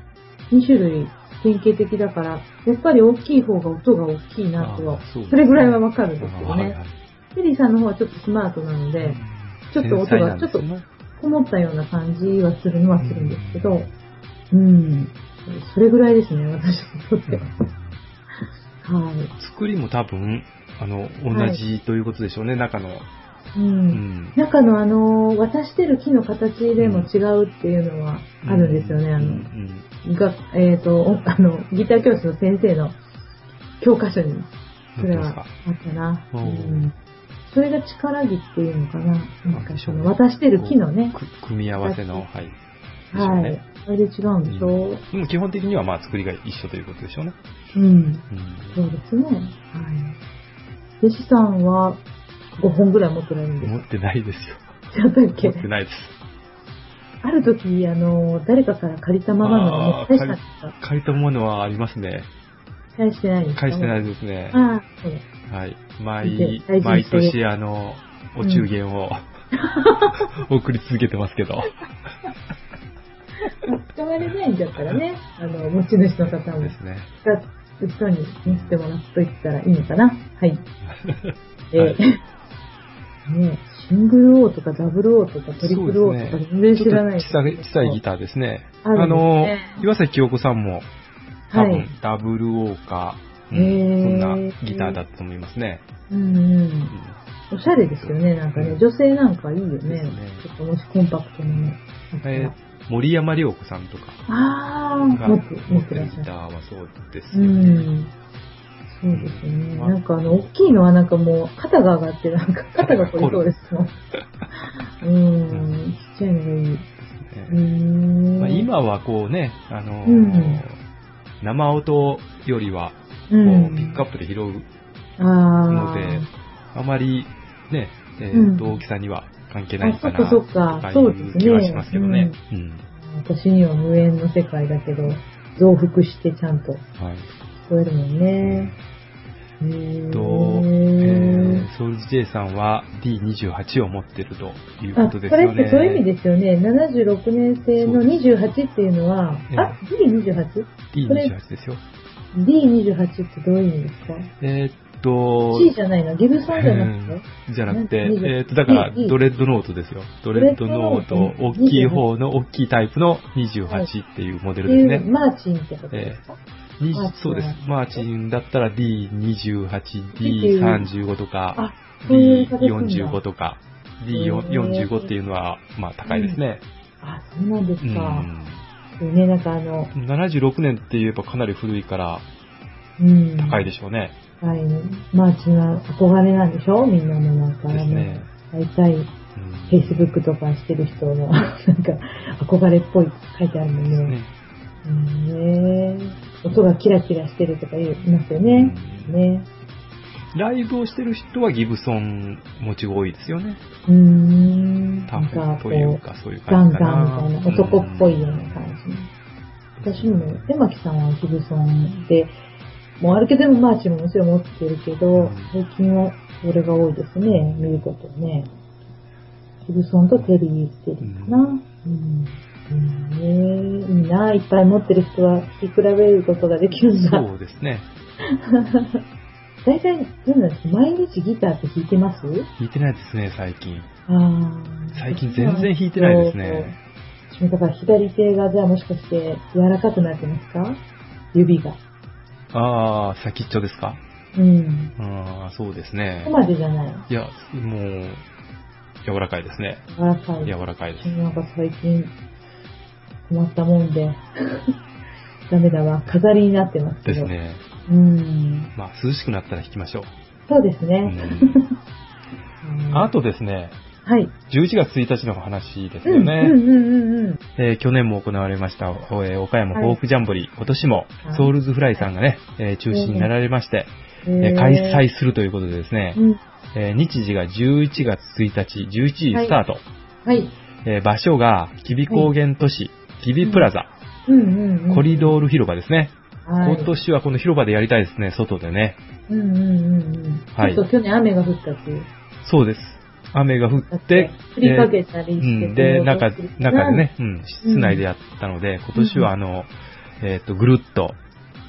2種類典型的だから、やっぱり大きい方が音が大きいなとは
あーそうですね
それぐらいはわかるんですけ
あ
ど
はい
ね
は。い
テリーさんの方はちょっとスマートなので、ちょっと音がちょっとこもったような感じはするのはするんですけど、うん、それぐらいですね、私にとっては。はい。
作りも多分、あの、
は
同
い
じということでしょうね、中の。
うん。
うん。
中のあの、渡してる木の形でも違うっていうのはあるんですよね、
う
あ
んう
の、
ん
が、えっ、と、おあの、ギター教室の先生の教科書に、それはあったな。
お
う
ー
ん、それが力木っていうのかな。なんかそ
そ
の
うね
渡してる木のね、
く組み合わせの、はい。でしょう
はい
ね。。
それで違うんでしょ
でも基本的にはまあ作りが一緒ということでしょうね。
う。うん。
う
そうですね。はい。弟子さんは5本ぐらい持ってられるん
ん。
です
持
か
ってないですよ。
違ったっ
持
け
ってないです。
ある時、あの、誰かから借りたままの
あ
を
ー
返したんですか
借りたものはありますね。
返してないんですか。
返してないいですね。
ああ、そうだ。
はい。
見
毎
て大事にして、
毎年、あの、お中元を、 送り続けてますけど。
まあ使われないんだったらね、あの、持ち主の方
で
も
すね。
使う人に見せてもらっといたらいいのかな。 はい。えー
はい
ねシングル O とかダブル O とかトリプル O とか全然知らない。
ちょっと小さい小さいギターですね。
あるんですね
あの、岩崎京子さんも、多
は
分
い、
ダブルオーか、うん
へー
そんなギターだったと思いますね。
うんうん。おしゃれですよね、なんかね。女性なんかいいよ
です
ね
ね。
ちょっともしコンパクトなのあったら
えー森山良子さんとか
あ
が
あ、持って、
持
持
っ
ってて
る
ら
ギ
っしゃ
タ
る。
ーはそうです
う
よね。
ん。そうですね。
まあ
なんかあの、大きいのはなんかもう、肩が上がって、な んか肩が凝りそうですもん。うん、ちっちゃいのがいい。
ね
うーん。
まあ、今はこうね、あのー
うん
生音よりは
う、
こうんピックアップで拾うの
あー
で、あまりね、えー
うん
と大きさには関係ないのか
あ
な
そ
と
っか
かい
そっかそうです
う
ね
気はしますけどね。うん
私には無縁の世界だけど、増幅してちゃんと聞
はい
こえるもんね。へ
え
ー
っと、えー、ソウルズ J さんは D28 を持ってるというこ
あ、
と
こ
で
れ
すよ
っ
ね。
てそういう意味ですよね。76年生の28っていうのは、
ええ
あ、D28?D28 これ
D28 ですよ。
ってどういう意味ですか
えーっと、
?C じゃないのギブソンじゃなくて
じゃなくて、
なんか
えーっと、だから、
いい
ドレッドノートですよ。ドレッドノート、大きい方の大きいタイプの28っていうモデ
っ
ル
て
です
いう
ね。
マーチンってことですか、
に
あ
そうです
そう。
マーチンだったら D28、D35 とか
あ、そういう形なんだ
D45 とか、D45 っていうのは、まあ高いですね。
あ、そうなんです
う
か。
ん
そうね、なんかあの、
76年って言えばかなり古いから
うん。
高いでしょうね。
高いの。マーチンは憧れなんでしょみんなのなんか、あ
です
の、
ね。
大体、
うんで
Facebook とかしてる人の、 なんか、憧れっぽいって書いてあるの
す
ね。
ね。
うんね音がキラキラしてるとか言いますよね。
うん
ね。
ライブをしてる人はギブソン持ちが多いですよね。
うーん。
タ
なんか
フ
こ
という
う、
か、そういう
ガ
感
ン
じかな。
ガンみたいな、男っぽいような感じ。
うん
私も、手巻さんはギブソンで、もうあるけどもマーチももちろん持ってるけ
う
ど
ん、
最近はそれが多いですね、見ることね。ギブソンとテリーっていうのかな。うん。うんねいいな、いっぱい持ってる人は聞き比べることができるんだ。
そうですね。
大体、どうなんですか毎日ギターって弾いてます
弾いてないですね、最近。
あー
最近全然弾いてないですね。
そうだから左手が、じゃあもしかして柔らかくなってますか指が。
ああ、先っちょですか
うん。
ああ、そうです
ここ
ね。
までじゃない。
いや、もう、柔らかいですね。
柔らかい。
柔らかいです。
なんか最近、困ったもんで。 ダメだわ。飾りになってますけ
で
ど。
すね。
うん。
まあ、涼しくなったら弾きましょう。
そうです
う
ね。
ん
うん
あとですね、
はい。
11月1日の話です
うん、
よ
うん、
ね。
うん、うん。うん
えー去年も行われました、おえー岡山フォークジャンボリー、今年もソウルズフライさんがね、えー中心になられまして、えー開催するということでですね
う、ん。
えー日時が11月1日、11時スタート、
はい。
えー場所が、吉備高原都市、吉備プラザ、
うん、うんうん。
コリドール広場ですね。
は
今
い
年はこの広場でやりたいですね、外でね。
うんうんうんうん。
はい
ちょっと去年雨が降ったっていう。
そうです。雨が降
だっ
ってて、
振りか
えー
けたり
う
して、
ん、で、中、中でね、うん、
うん
室内でやったので、今年はあの、えっ、と、ぐるっと、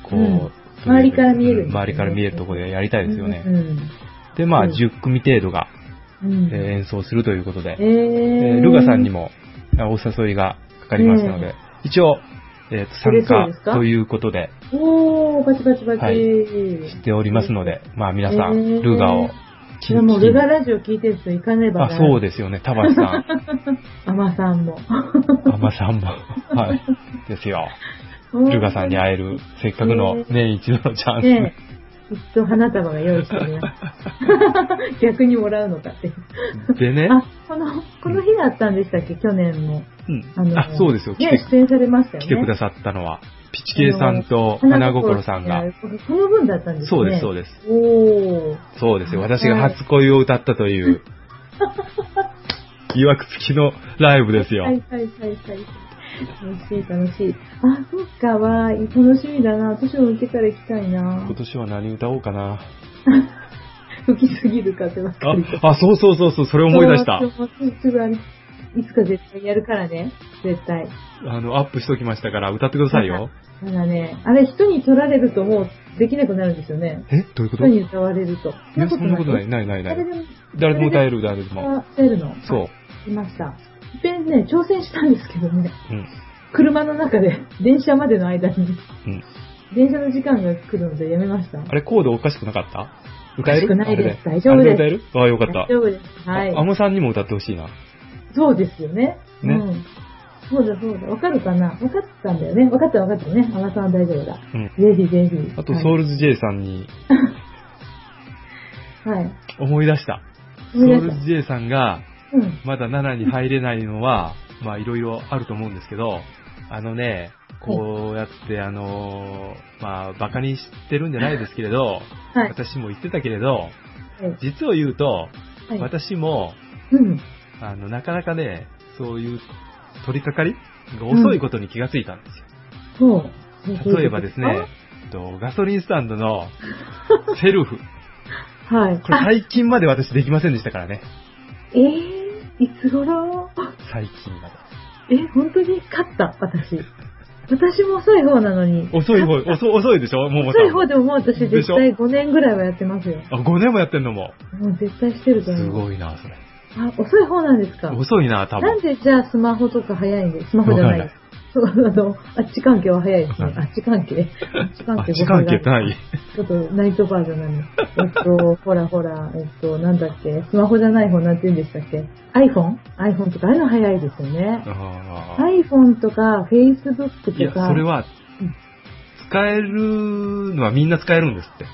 こう、
うん
とに
周りから見える
うん周りから見えるところでやりた
う
い
ん。
ですよね。
うん
で、まあ、
うん
10組程度が
うん
えー演奏するということで、
えー
えールガさんにもあお誘いがかかりましたので、
うん
一応、えーと
それそうで
参
す
加
か
ということで
おー、バチバチバチ。
はい知っておりますので、まあ皆さん、ルガを
いやもうルガラジオ聞いてる人行かねば
あ、そう
で
ですよね、タバスさん、
す。アマさんも。
アマさんも、はい、ですよ。 ルガさんに会える、せっかくの
ね
年一度のチャンス。
ねえ、きっと花束が用意して るな。逆にもらうのかって。
でね、
あ、この、この日だったんでしたっけ、去年も。
うん
あの
あ、そうですよ、来
ね
て、
出演されましたよね。
来てくださったのは、ピチケイさんと
あの
花心さんが、。
この分だったんですね。
そうです、そうです。
す。おー。
そうですよ。
はい
私が初恋を歌ったという、 いわくつきのライブですよ
は。いはいはいはい。楽しい楽しい。あ、そっか、わーい。楽しみだな。年を抜けたら行きたいな
今。年は何歌おうかな。
吹きすぎる風ばっかりで。
あ、あ、そうそうそうそう、それ思い出した
そう。そうそうすぐあれいつか絶対やるからね。絶対。
あの、アップしときましたから、歌ってくださいよ。
ただね、あれ人に取られるともうできなくなるんですよね。
え、どういうこと
人
い
に歌われると。
や、そんなことない、
い。
ないないない
誰。でも、
誰でも歌える、誰でも。
歌えるの
そう。
いました。いっぺんね、挑戦したんですけどね。
うん。
車の中で、電車までの間に、
うん。
電車の時間が来るのでやめました。
あれ、コードおかしくなかった歌える
おかしくないです
あれ
大丈夫です
あれ歌えるあ、よかった
大。丈夫です。はい
あ。あのさんにも歌ってほしいな。
そうですよね。
ね
うん。そうだそうだ。わかるかなわかったんだよね。わかったわかったね。あなたは大丈夫だ。
うん。
ぜひぜひ。
あと、ソウル
ル。
ズ J さんに
はい。
思い出した。ソ
思
ウ
い出
ル
した
ズ J さんが、
うん。
まだ7に入れないのは、 まあいろいろあると思うんですけど、あのね、こうやってあのーまあバカにしてるんじゃないですけれど、
はい。
私も言ってたけれど、
はい
実を言うと、
はい。
私も、
うん。
あの、なかなかね、そういう取り掛かりが遅いことに気がついたんですよ。
そう。
例えばですね、えっとガソリンスタンドのセルフ。
あ。はい。
これ最近まで私できませんでしたからね。
えー、いつ頃
最近まで。
え、本当に勝った、私。私も遅い方なのに。
遅い方、
勝っ
遅
た
い遅いでしょももさ
遅
ん。
い方でももう私
で
絶
しょ
対5年ぐらいはやってますよ。
あ、5年もやってんのも。
もう絶対してると
す
思う。
ごいな、それ。
あ、遅い方なんですか
遅いな、多
なん
分。
でじゃあスマホとか早いんでスマホじゃな
わかん
い。
ない
そう、あの、あっち関係は早いです
わ
ね。
かん
あ
な
っち関係。あっち関
あ、
係
時間って
い。
ない。
ちょっとナイトバージョンなの。えっと、ほらほら、えっと、なんだっけ、スマホじゃない方なんて言うんでしたっけ ?iPhone?iPhone とかああいうの早いですよね。
あー
iPhone とか Facebook
いや、
とか。
それは
うん、
使えるのはみんな使えるんですって。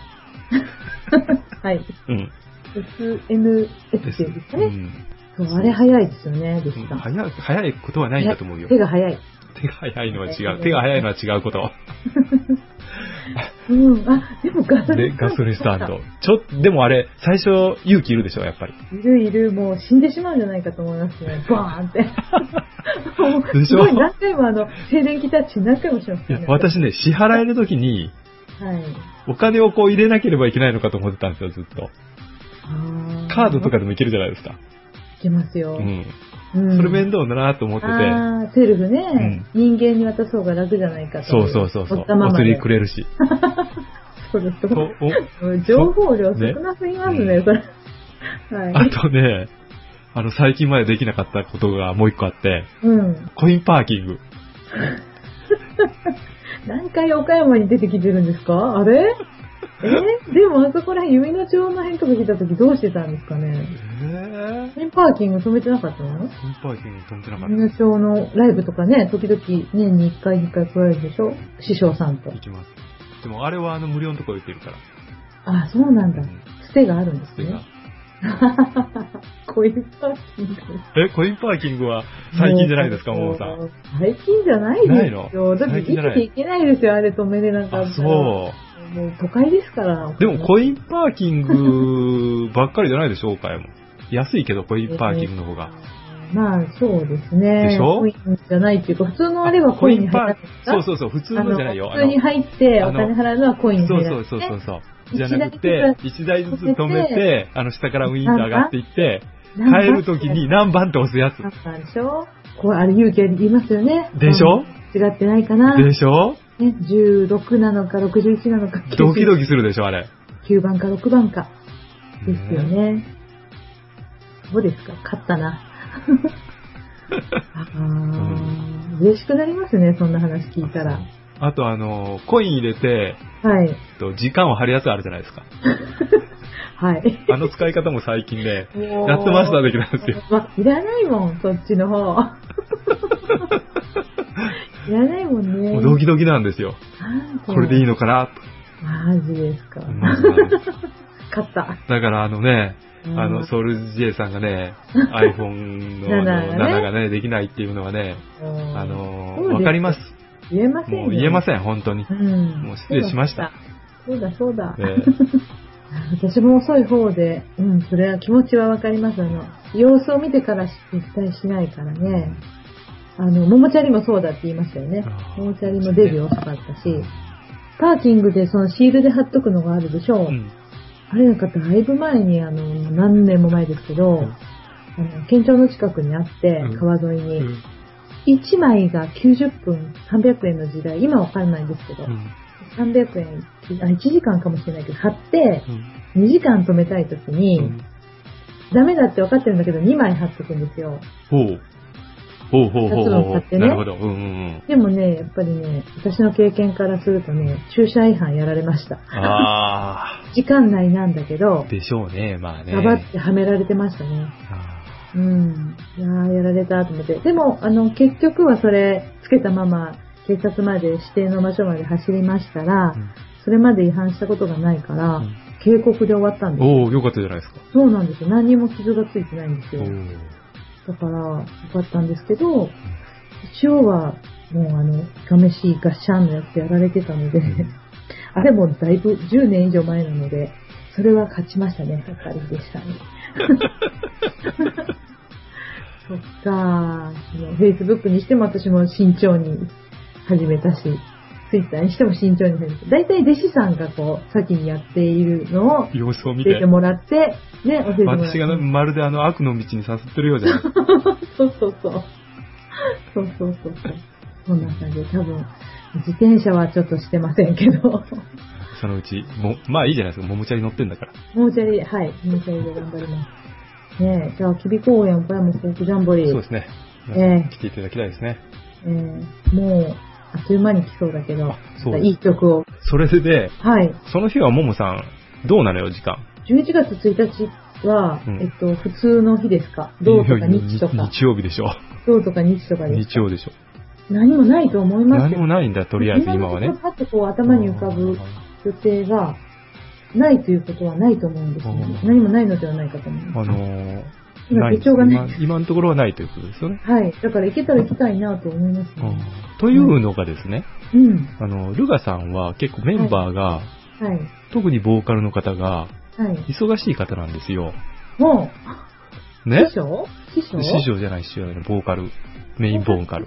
はい。
うん。
SNS っ
で
ていうんです
す。
か
う
ね。
ん。
そう、あれ早いですよね、でした。
早い、早いことはないんだと思うよ。
手が早い。
手が早いのは違う。手が早いのは違うこと。
うん。あ、でも ガソリ
で、
ン
ガソリンスタンド。ちょっと、でもあれ、最初勇気いるでしょ、やっぱり。
いるいる、もう死んでしまうんじゃないかと思います ね。バーンって。もう
でし
す
ょ
ごい何回もあの、静電気タッチ何回もしまし
い
た
や
ね。、
私ね、支払えるときに、
はい。
お金をこう入れなければいけないのかと思ってたんですよ、ずっと。
あ
カードとか
い
でもいけるじゃないですか。
けますよ。
うん。
うん
それ面倒だなと思ってて。
ああ、セルフね、人間に渡す方が楽じゃないかと
そ
いう
そうそうそう。
おったま
お
ま
釣
で
りくれ るし。
そうです
とお
情報量少なすぎますね、
ね
それ。はい。
あとね、あの、最近までできなかったことがもう一個あって、
うん。
コインパーキング。
何回岡山に出てきてるんですかあれえでもあそこら辺、弓の町の辺とか来た時どうしてたんですかね
えぇ
コインパーキング止めてなかったの
コインパーキング飛んでなかっ
みな町のライブとかね、時々年に1回2回来られるでしょ師匠さんと
た。。行きます。でもあれはあの無料のとこ行ってるから。
ああ、そうなんだ
うん。
つてがあるんで
そ
す
れ
ね
が。
コインパーキング。
え、コインパーキングは最近じゃないですか、も
もう
もさん。。
最近じゃないですよ。だっ
な
て
いの最近じゃ
生
な
き
い
ていけないですよ、あれ止めれなかった
あ
ら、。。
そう
もう都会ですから。
う。でもコインパーキングばっかりじゃないでしょうかよ。安いけど、コインパーキングの方が。
まあ、そうですね。
でしょ
コインじゃないっていうか、普通のあれはコ
コ
イ
イ
ンに
ン
入
パ
ら
ー
な
キ
いで
ン
す
グ。
か
そうそうそう、普通のじゃないよ。
あの普通に入って、お
あの
金払うのはコインに
そ
入
う
ら
そ
な
う
い。
そうそうそう。
ね
じゃなく
一台
て、一台ずつ止め
止め
て、あの下からウィーンと上がっていって、
何番
帰るときに何番って押すやつ。
あったんでしょこれ、あれ勇気ありますよね。
でしょ
違ってないかな。
でしょ
ね、16なのか61なのか。
ドキドキするでしょ、あれ。
9番か6番か。ですよね。そうですか、勝った な。あー嬉しくなりますね、そんな話聞いたら。
あとあの、コイン入れて、
はい。
えっと時間を張るやつあるじゃないですか。
はい。
あの使い方も最近ね、
もう
やっとマスターできたんですよ。
ま、いらないもん、そっち の方。いらないもんね。
もうドキドキなんですよ。これでいい
の
のかな
マジですか。
と。マジなんです
勝った。
だからあのね、
うん
あの、ソウルジェイさんがね、iPhone のあの
7がね
7がね、できないっていうのはね、あ
あ
のー、わかります。。
言えませんよ。
もう言えま
ん。
せん、本当に。
うん。
もう失礼しました。
そうだ、そうだ。
え
私も遅い方で、うん、それは気持ちはわかります。あの、様子を見てからし絶対しないからね。あの、ももちゃりもそうだって言いましたよね
あ。ー
ももちゃりもデビュー遅かったし、パーキングでそのシールで貼っとくのがあるでしょう。
うん
あれなんかだいぶ前に、あの、何年も前ですけど、
ん
あの、県庁の近くにあって
う、ん
川沿いに、
うん
1枚が90分300円の時代、今わかんないんですけど、
うん
300円、あ、1時間かもしれないけど、貼って、
うん
2時間止めたいときに、
うん
ダメだって分かってるんだけど、2枚貼ってくんですよ。
ほう。ほうほうほう
夏を
ほ
買って
う。
ね
なるほど。うんうん
でもね、やっぱりね、私の経験からするとね、駐車違反やられました。
うん。あ
時間内なんだけど
ー。、でしょうね、まあね。
ガバってはめられてましたね。
あ
うん。いやー、やられたと思って。でも、あの、結局はそれ、つけたまま、警察まで指定の場所まで走りましたら、
うん
それまで違反したことがないから、
うん
警告で終わったん
ー
です。
おー、よかったじゃないですか。
そうなんですよ。何にも傷がついてないんです
お
よ。
ー
だから、よかったんですけど、一応は、もうあの、ガメシガシャンのやつやられてたので、 あれもだいぶ10年以上前なので、それは勝ちましたね、やっぱりで したね。そっかー、Facebook にしても私も慎重に始めたし、Twitter にしても慎重に始めた。大体弟子さんがこう、先にやっているのを、
様子を見
教え
て
て。もらって、ね、教えてもらっ
私
て。
がねまるであの悪の道にさすってるようじ ゃないですか。
そうそうそう。そうそうそうそう。そんな感じで、多分、自転車はちょっとしてませんけど、
そのうち、も、まあいいじゃないですか。ももちゃに乗ってんだから。
もうちょい、はい、もうちょいで頑張ります。ねえ、じゃあ、吉備公園、小山フォークジャンボリー。
そうですね。
ええ
来ていただきたいですね。
えーもう、あっという間に来そうだけど
あそう、です
いい曲を。
それでね、
はい。
その日はももさん、どうなのよ、時間。
11月1日は、
うん
えっと、普通の日ですか土とか日とか。
日曜日でしょ。
土とか日とかで
日
すか
曜でしょ。
何もないと思います
何
けど
もないんだ、とりあえず今はね。
パッとこう頭に浮かぶ予定がないということはないと思うんですよね。
うん
何もないのではないかと思い
あ
ます。
のー、
今
ない
手帳がね
今今のところはないということですよね。
はい。だから行けたら行きたいなと思います
うん
ね。
というのがですね、
うん。
あの、ルガさんは結構メンバーが、
はい。
特にボーカルの方が、
はい。
忙しい方なんですよ。
もう、
ね
師匠師匠
師匠じゃない、師匠じゃない、ボーカル。メインボーカル。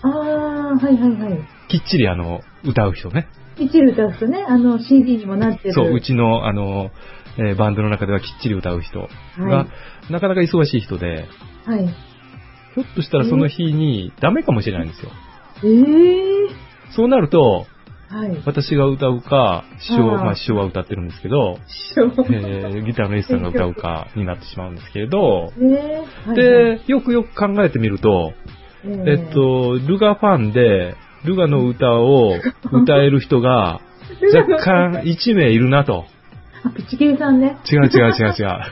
あー、はいはいはい。
きっちりあの、歌う人ね。
一流歌うとね、あの CD にもなってる。
そう、うちのあの、えーバンドの中ではきっちり歌う人が、
は
なかなか忙しい人で、
はい。
ひょっとしたらその日にダメかもしれないんですよ。
えー。
そうなると、
はい。
私が歌うか、師匠、
あー
まあ師匠は歌ってるんですけ ど、
師匠。
えーギターのエースさんが歌うかになってしまうんですけれど、
えー。はいはい、
で、よくよく考えてみると、
えー
えっ、と、ルガファンで、ルガの歌 を歌える人が、若干1名いるなと。
あ、ピチケイさんね。
違う違う違う違
歌える。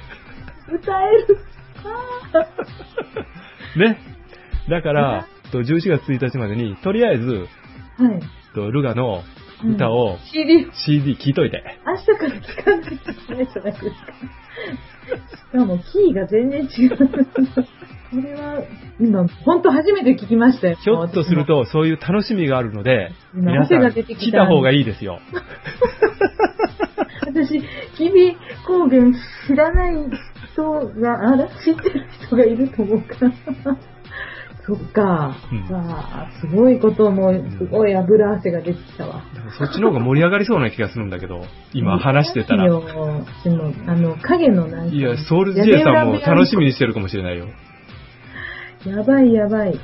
う。ね。だから、と11月1日までに、とりあえず、
はい。
とルガの歌を
CD を
CD 聴いといて。
明日から聞かないといけないじゃないですか。しかもキーが全然違う。これは、今、ほんと初めて聞きましたよ。
ひょっとすると、そういう楽しみがあるので、
今
皆さ
汗が
ん、
出てきた
来た方がいいですよ。
私。私、君高原知らない人が、あら知ってる人がいると思うから。 そっか。
うん
わあ、すごいことも、すごい油汗が出てきたわ。
そっちの方が盛り上がりそうな気がするんだけど、今話してたら。
いいよでもあの、影のなんか
いや、ソウル J さんも楽しみにしてるかもしれないよ。
やばいやばい。や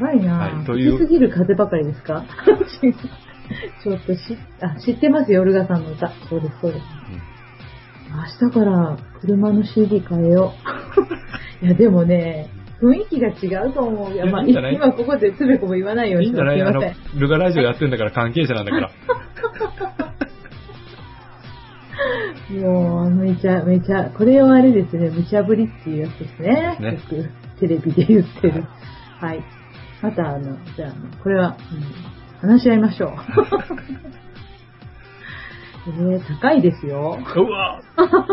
ばいなぁ。、
はいいという
すぎる風ばかりですか ちょっとし、あ、知ってますよ、ルガさんの歌。そうです、そうです。明日から車の CD 変えよ う。いや、でもね、雰囲気が違うと思う。いや、まあ、
いいんじゃない
今ここでつべこも言わないよう
い
に
いんじゃない
す
あ
ま
の
せん。、
ルガラジオやってんだから関係者なんだ から。
もう、めちゃめちゃ、これはあれですね、無茶ぶりっていうやつですね。
ね
よくテレビで言ってる。はい。また、あの、じゃああの、これは、うん話し合いましょう。え ー、高いですよ。
うわ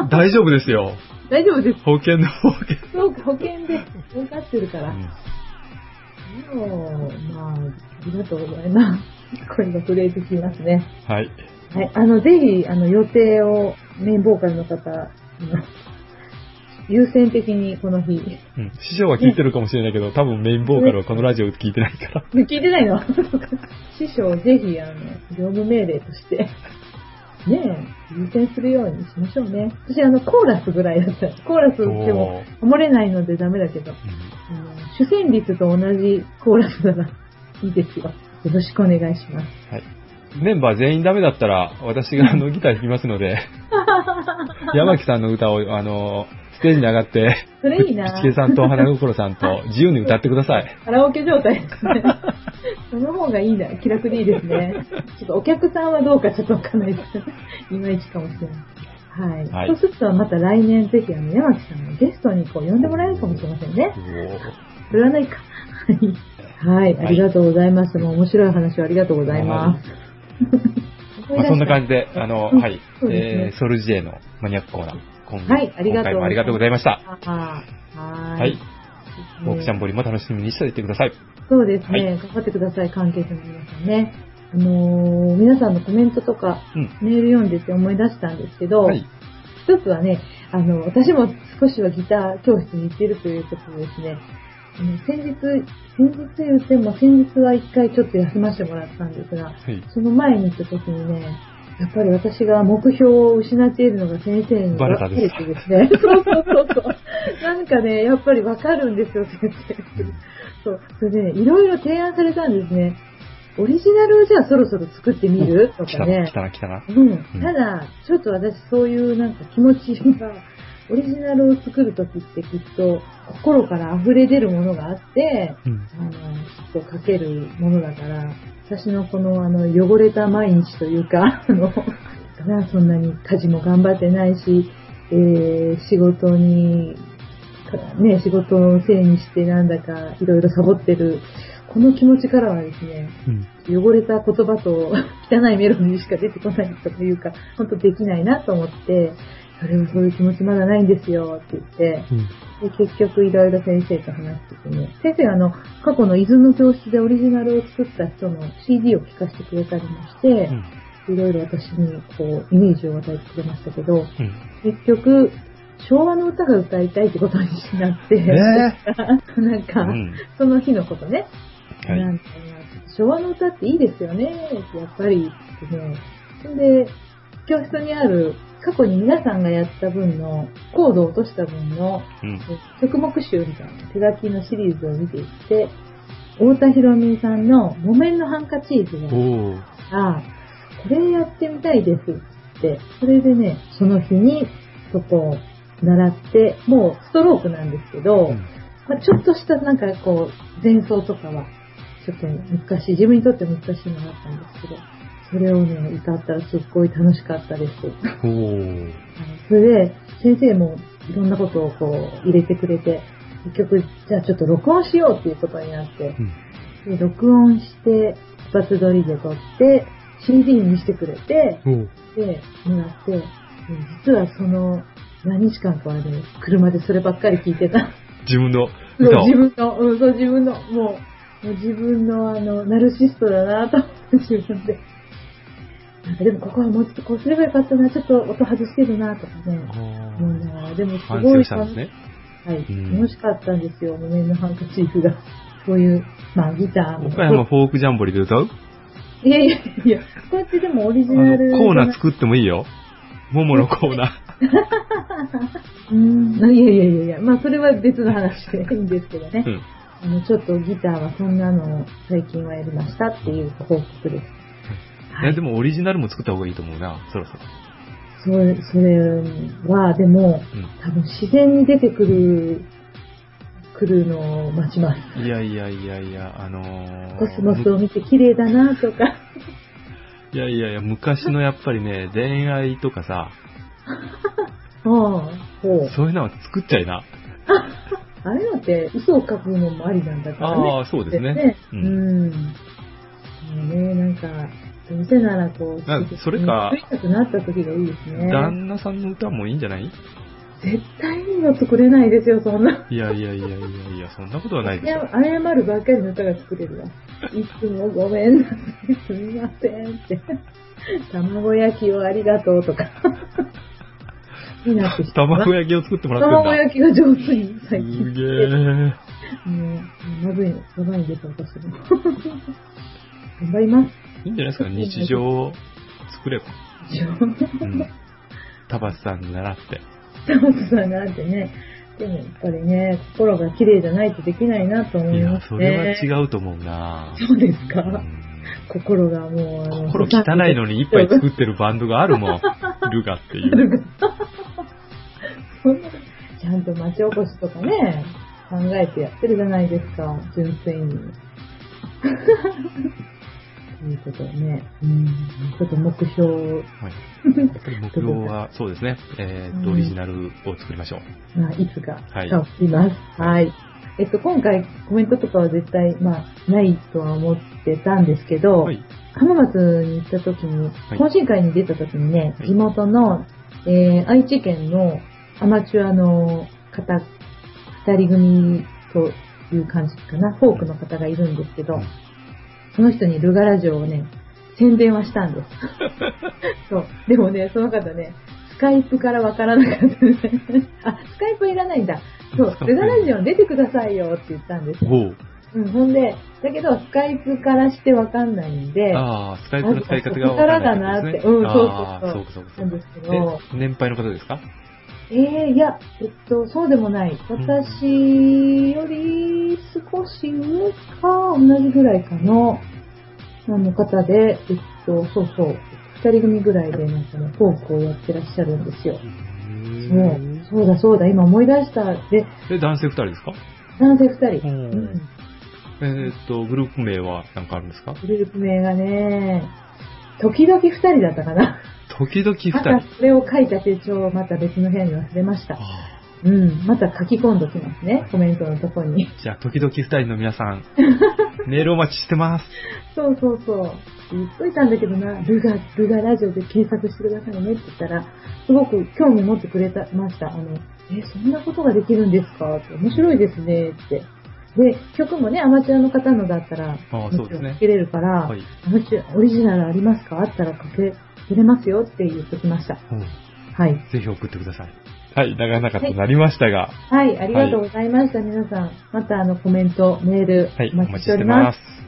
大丈夫ですよ。
大丈夫です。
保険の保険。
すごく保険で儲かってるから。もう、まあ、ありがとうございます。声が震えてきますね。
はい。
はい、あの、ぜひ、あの、予定を、メインボーカルの方、あの優先的にこの日。
うん師匠は聞いてるかもしれないけど、多分メインボーカルはこのラジオ聞いてないから。
聞いてないの 師匠をぜひ、あの、業務命令として、 ねえ、優先するようにしましょうね。私、あの、コーラスぐらいだった。コーラスでも、守れないのでダメだけど、あの主旋律と同じコーラスならいいですよ。よろしくお願いします。
はい。メンバー全員ダメだったら、私があのギター弾きますので、山木さんの歌を、あの、ステージに上がって、
それいいな
ピチケさんと花心さんと自由に歌ってください。
カラオケ状態で すね。その方がいいな、気楽でいいですね。ちょっとお客さんはどうかちょっとわかんないです。いまいちかもしれない。はい。
はい
そうするとまた来年ぜひあの山木さんのゲストにこう呼んでもらえるかもしれませんね。それはないか。はい。はい、ありがとうございます。もう面白い話をありがとうございます。
まあ、そんな感じで、あの、
うん
はい、
そうですね
えー、ソルジエのマニアックコーナー、今
はいあり
今
がとう
回もありがとうございました。
じ。あーは
はい、
えー
ボクちゃんボリも楽しみにしておいてください。
そうですね、
はい
頑張ってください、関係者の皆さんね。あのー皆さんのコメントとか、
うん
メール読んでて思い出したんですけど、
はい、
一つはね、あの、私も少しはギター教室に行っているということでですね、あの先日、先日言っても、先日は一回ちょっと休ませてもらったんですが、
はい、
その前に行った時にね、やっぱり私が目標を失っているのが先生に
バレたん
て
ですか
ですね。 そうそうそうそう。なんかね、やっぱりわかるんですよ、先生。そう。それでね、いろいろ提案されたんですね。オリジナルをじゃあそろそろ作ってみると
来
か
たな、
ね
来。たな、来たな。
うん。ただ、ちょっと私そういうなんか気持ちが、オリジナルを作るときってきっと心から溢れ出るものがあって、
うん、
あの、きっと書けるものだから、私のこの、あの、汚れた毎日というか、あの、だからそんなに家事も頑張ってないし、えー、仕事に、かね、仕事をせいにしてなんだか、いろいろサボってる、この気持ちからはですね、
うん、
汚れた言葉と汚いメロディーしか出てこないとかいうか、ほんとできないなと思って、それはそういう気持ちまだないんですよって言って、
うん、
で結局いろいろ先生と話しててね、先生はあの、過去の伊豆の教室でオリジナルを作った人の CD を聴かせてくれたりもして
う、ん、
いろいろ私にこう、イメージを与えてくれましたけど、
うん。
結局、昭和の歌が歌いたいってことになって、
ね
なん
え。
か、
うん。
その日のことね、
はい。
なんか昭和の歌っていいですよね、やっぱりってね。で、教室にある過去に皆さんがやった分の、コードを落とした分の
うん。
曲目集みたいな手書きのシリーズを見ていって、太田博美さんの木綿のハンカチーズが
おー。
あこれやってみたいですって、それでね、その日にそこを習って、もうストロークなんですけど、
うん
まあ、ちょっとしたなんかこう、前奏とかは、ちょっと難しい、自分にとって難しいのがあったんですけど、それをね、歌ったらすっごい楽しかったです。
おー。
それで、先生もいろんなことをこう、入れてくれて、結局、じゃあちょっと録音しようっていうことになって
う、ん。
で録音して、一発撮りで撮って、CD にしてくれて、
おー。
で、もらって、で実はその、何日間かはね、車でそればっかり聞いてた。
自分の
そう
歌を
自。分の、うん、そう自分の、もう、もう自分のあの、ナルシストだなと思って自分で。なんかでもここはもうちょっとこうすればよかったな、ちょっと音外してるなとかね。
あ
もう
ー
ね、でもす
反
ご
省
い
したんですね。
はい、
うん
楽しかったんですよ、木綿のハンカチーフが。そういう、まあギターも。
岡山フォークジャンボリーで歌う
いやいやいや、こうやってでもオリ
あ
ジナ
の
ル。
コーナー作ってもいいよ。もものコーナ
うん、いやいやいやいや、まあそれは別の話でいいんですけどね。
ー。うん。
あの、ちょっとギターはそんなのを最近はやりましたっていうご報告です。
いや、でもオリジナルも作った方がいいと思うな、そろそろ。
それ、それは、でも、多分自然に出てくる、来るのを待ちます。
うん。いやいやいやいや、あのー
コスモスを見て綺麗だなとか、
いやいやいや、昔のやっぱりね、恋愛とかさ、
ああ、ほう。
そういうのは作っちゃいな。
あれだって嘘を書くのもありなんだからね。
ああそうですねう
うんん。もうね、なんか、どうせならこう、
あそれか
作りたくなった時がいいですね。
旦那さんの歌もいいんじゃない
絶対には作れないですよ、そんな。
いやいやいやいやいや、そんなことはないでしょ。
謝るばっかりの歌が作れるわ。いつもごめんな さい、すみませんって。卵焼きをありがとうとか。 になってきた。
卵焼きを作ってもら
卵
って
焼きが上手に最近
んだ。すげえ。
ねえ、まずい、そばに出た私も。頑張ります。
いいんじゃないですか、日常を作れば。
一応。
うん。タバスさんに習って。
タモトさんがあってね。でもやっぱりね、心が綺麗じゃないとできないなと思
い
いま
や、
す
そ
ね。
れは違うと思うな
そうですか、
うん
心がもう、あの
心汚いのに一杯作ってるバンドがあるもん。ルガっていう。
そんな ちゃんと町おこしとかね、考えてやってるじゃないですか、純 粋に。ということでね、うん、ちょっと目標を、
はい。やっぱり目標は、そうですね。えーっと、
うん
オリジナルを作りましょう。
まあ、いつか
はい
が起きます。はい。えっと、今回コメントとかは絶対、まあ、ないとは思ってたんですけど、
はい。
浜松に行った時に、
い
懇親会に出た時にね、
はい
地元の、えー、愛知県のアマチュアの方、二人組という感じかな、フォークの方がいるんですけど、
うん
その人にルガラ城をね、宣伝はしたん です。そう。でもね、その方ね、スカイプからわからなかった、 ね。あ、スカイプいらないんだ。そう
スカ、イプい
ル
ら
ガ
ない
ラ城出てくださいよって言ったんですよ。
おう。
うん、ほんで、だけど、スカイプからしてわかんないんで、
ああ、スカイプの使い方が分からないってことですね。
あ
ああ、
そ
そう
う
かそうかそ
なんですけど
うか。で年配の方ですか
えー、いや、えっと、そうでもない。私より少し上か、同じぐらいかの、あの方で、えっと、そうそう、二人組ぐらいで、なんかね、フォークをやってらっしゃるんですよ。そう
え、
そうだそうだ、今思い出した。で、
男性二人ですか
男性二人。
う
うんん。
えーっと、グループ名は何かあるんですか
グループ名がね、時々二人だったかな。
時々二
ま
人
た。それを書いた手帳をまた別の部屋に忘れました。
あ
うん、また書き込んどきますね、コメントのとこに。
あじゃあ、時々二人の皆さん、メールお待ちしてます。
そうそうそう。言っといたんだけどな、ルガ、ルガラジオで検索してくださいねって言ったら、すごく興味持ってくれたました。あの、え、そんなことができるんですかって、面白いですねって。で、曲もね、アマチュアの方のだったら、
ああそうですね
もちろんかけれるから、
はい
アマチュア、オリジナルありますかあったらかけ、けれますよって言ってきました。
うん
はい。
ぜひ送ってください。はい、長々となりましたが、
はい、ありがとうございました、皆さん。またあの、コメント、メール、
はい、お
お待
待
ち
ち
してお
して
ります
ま。す。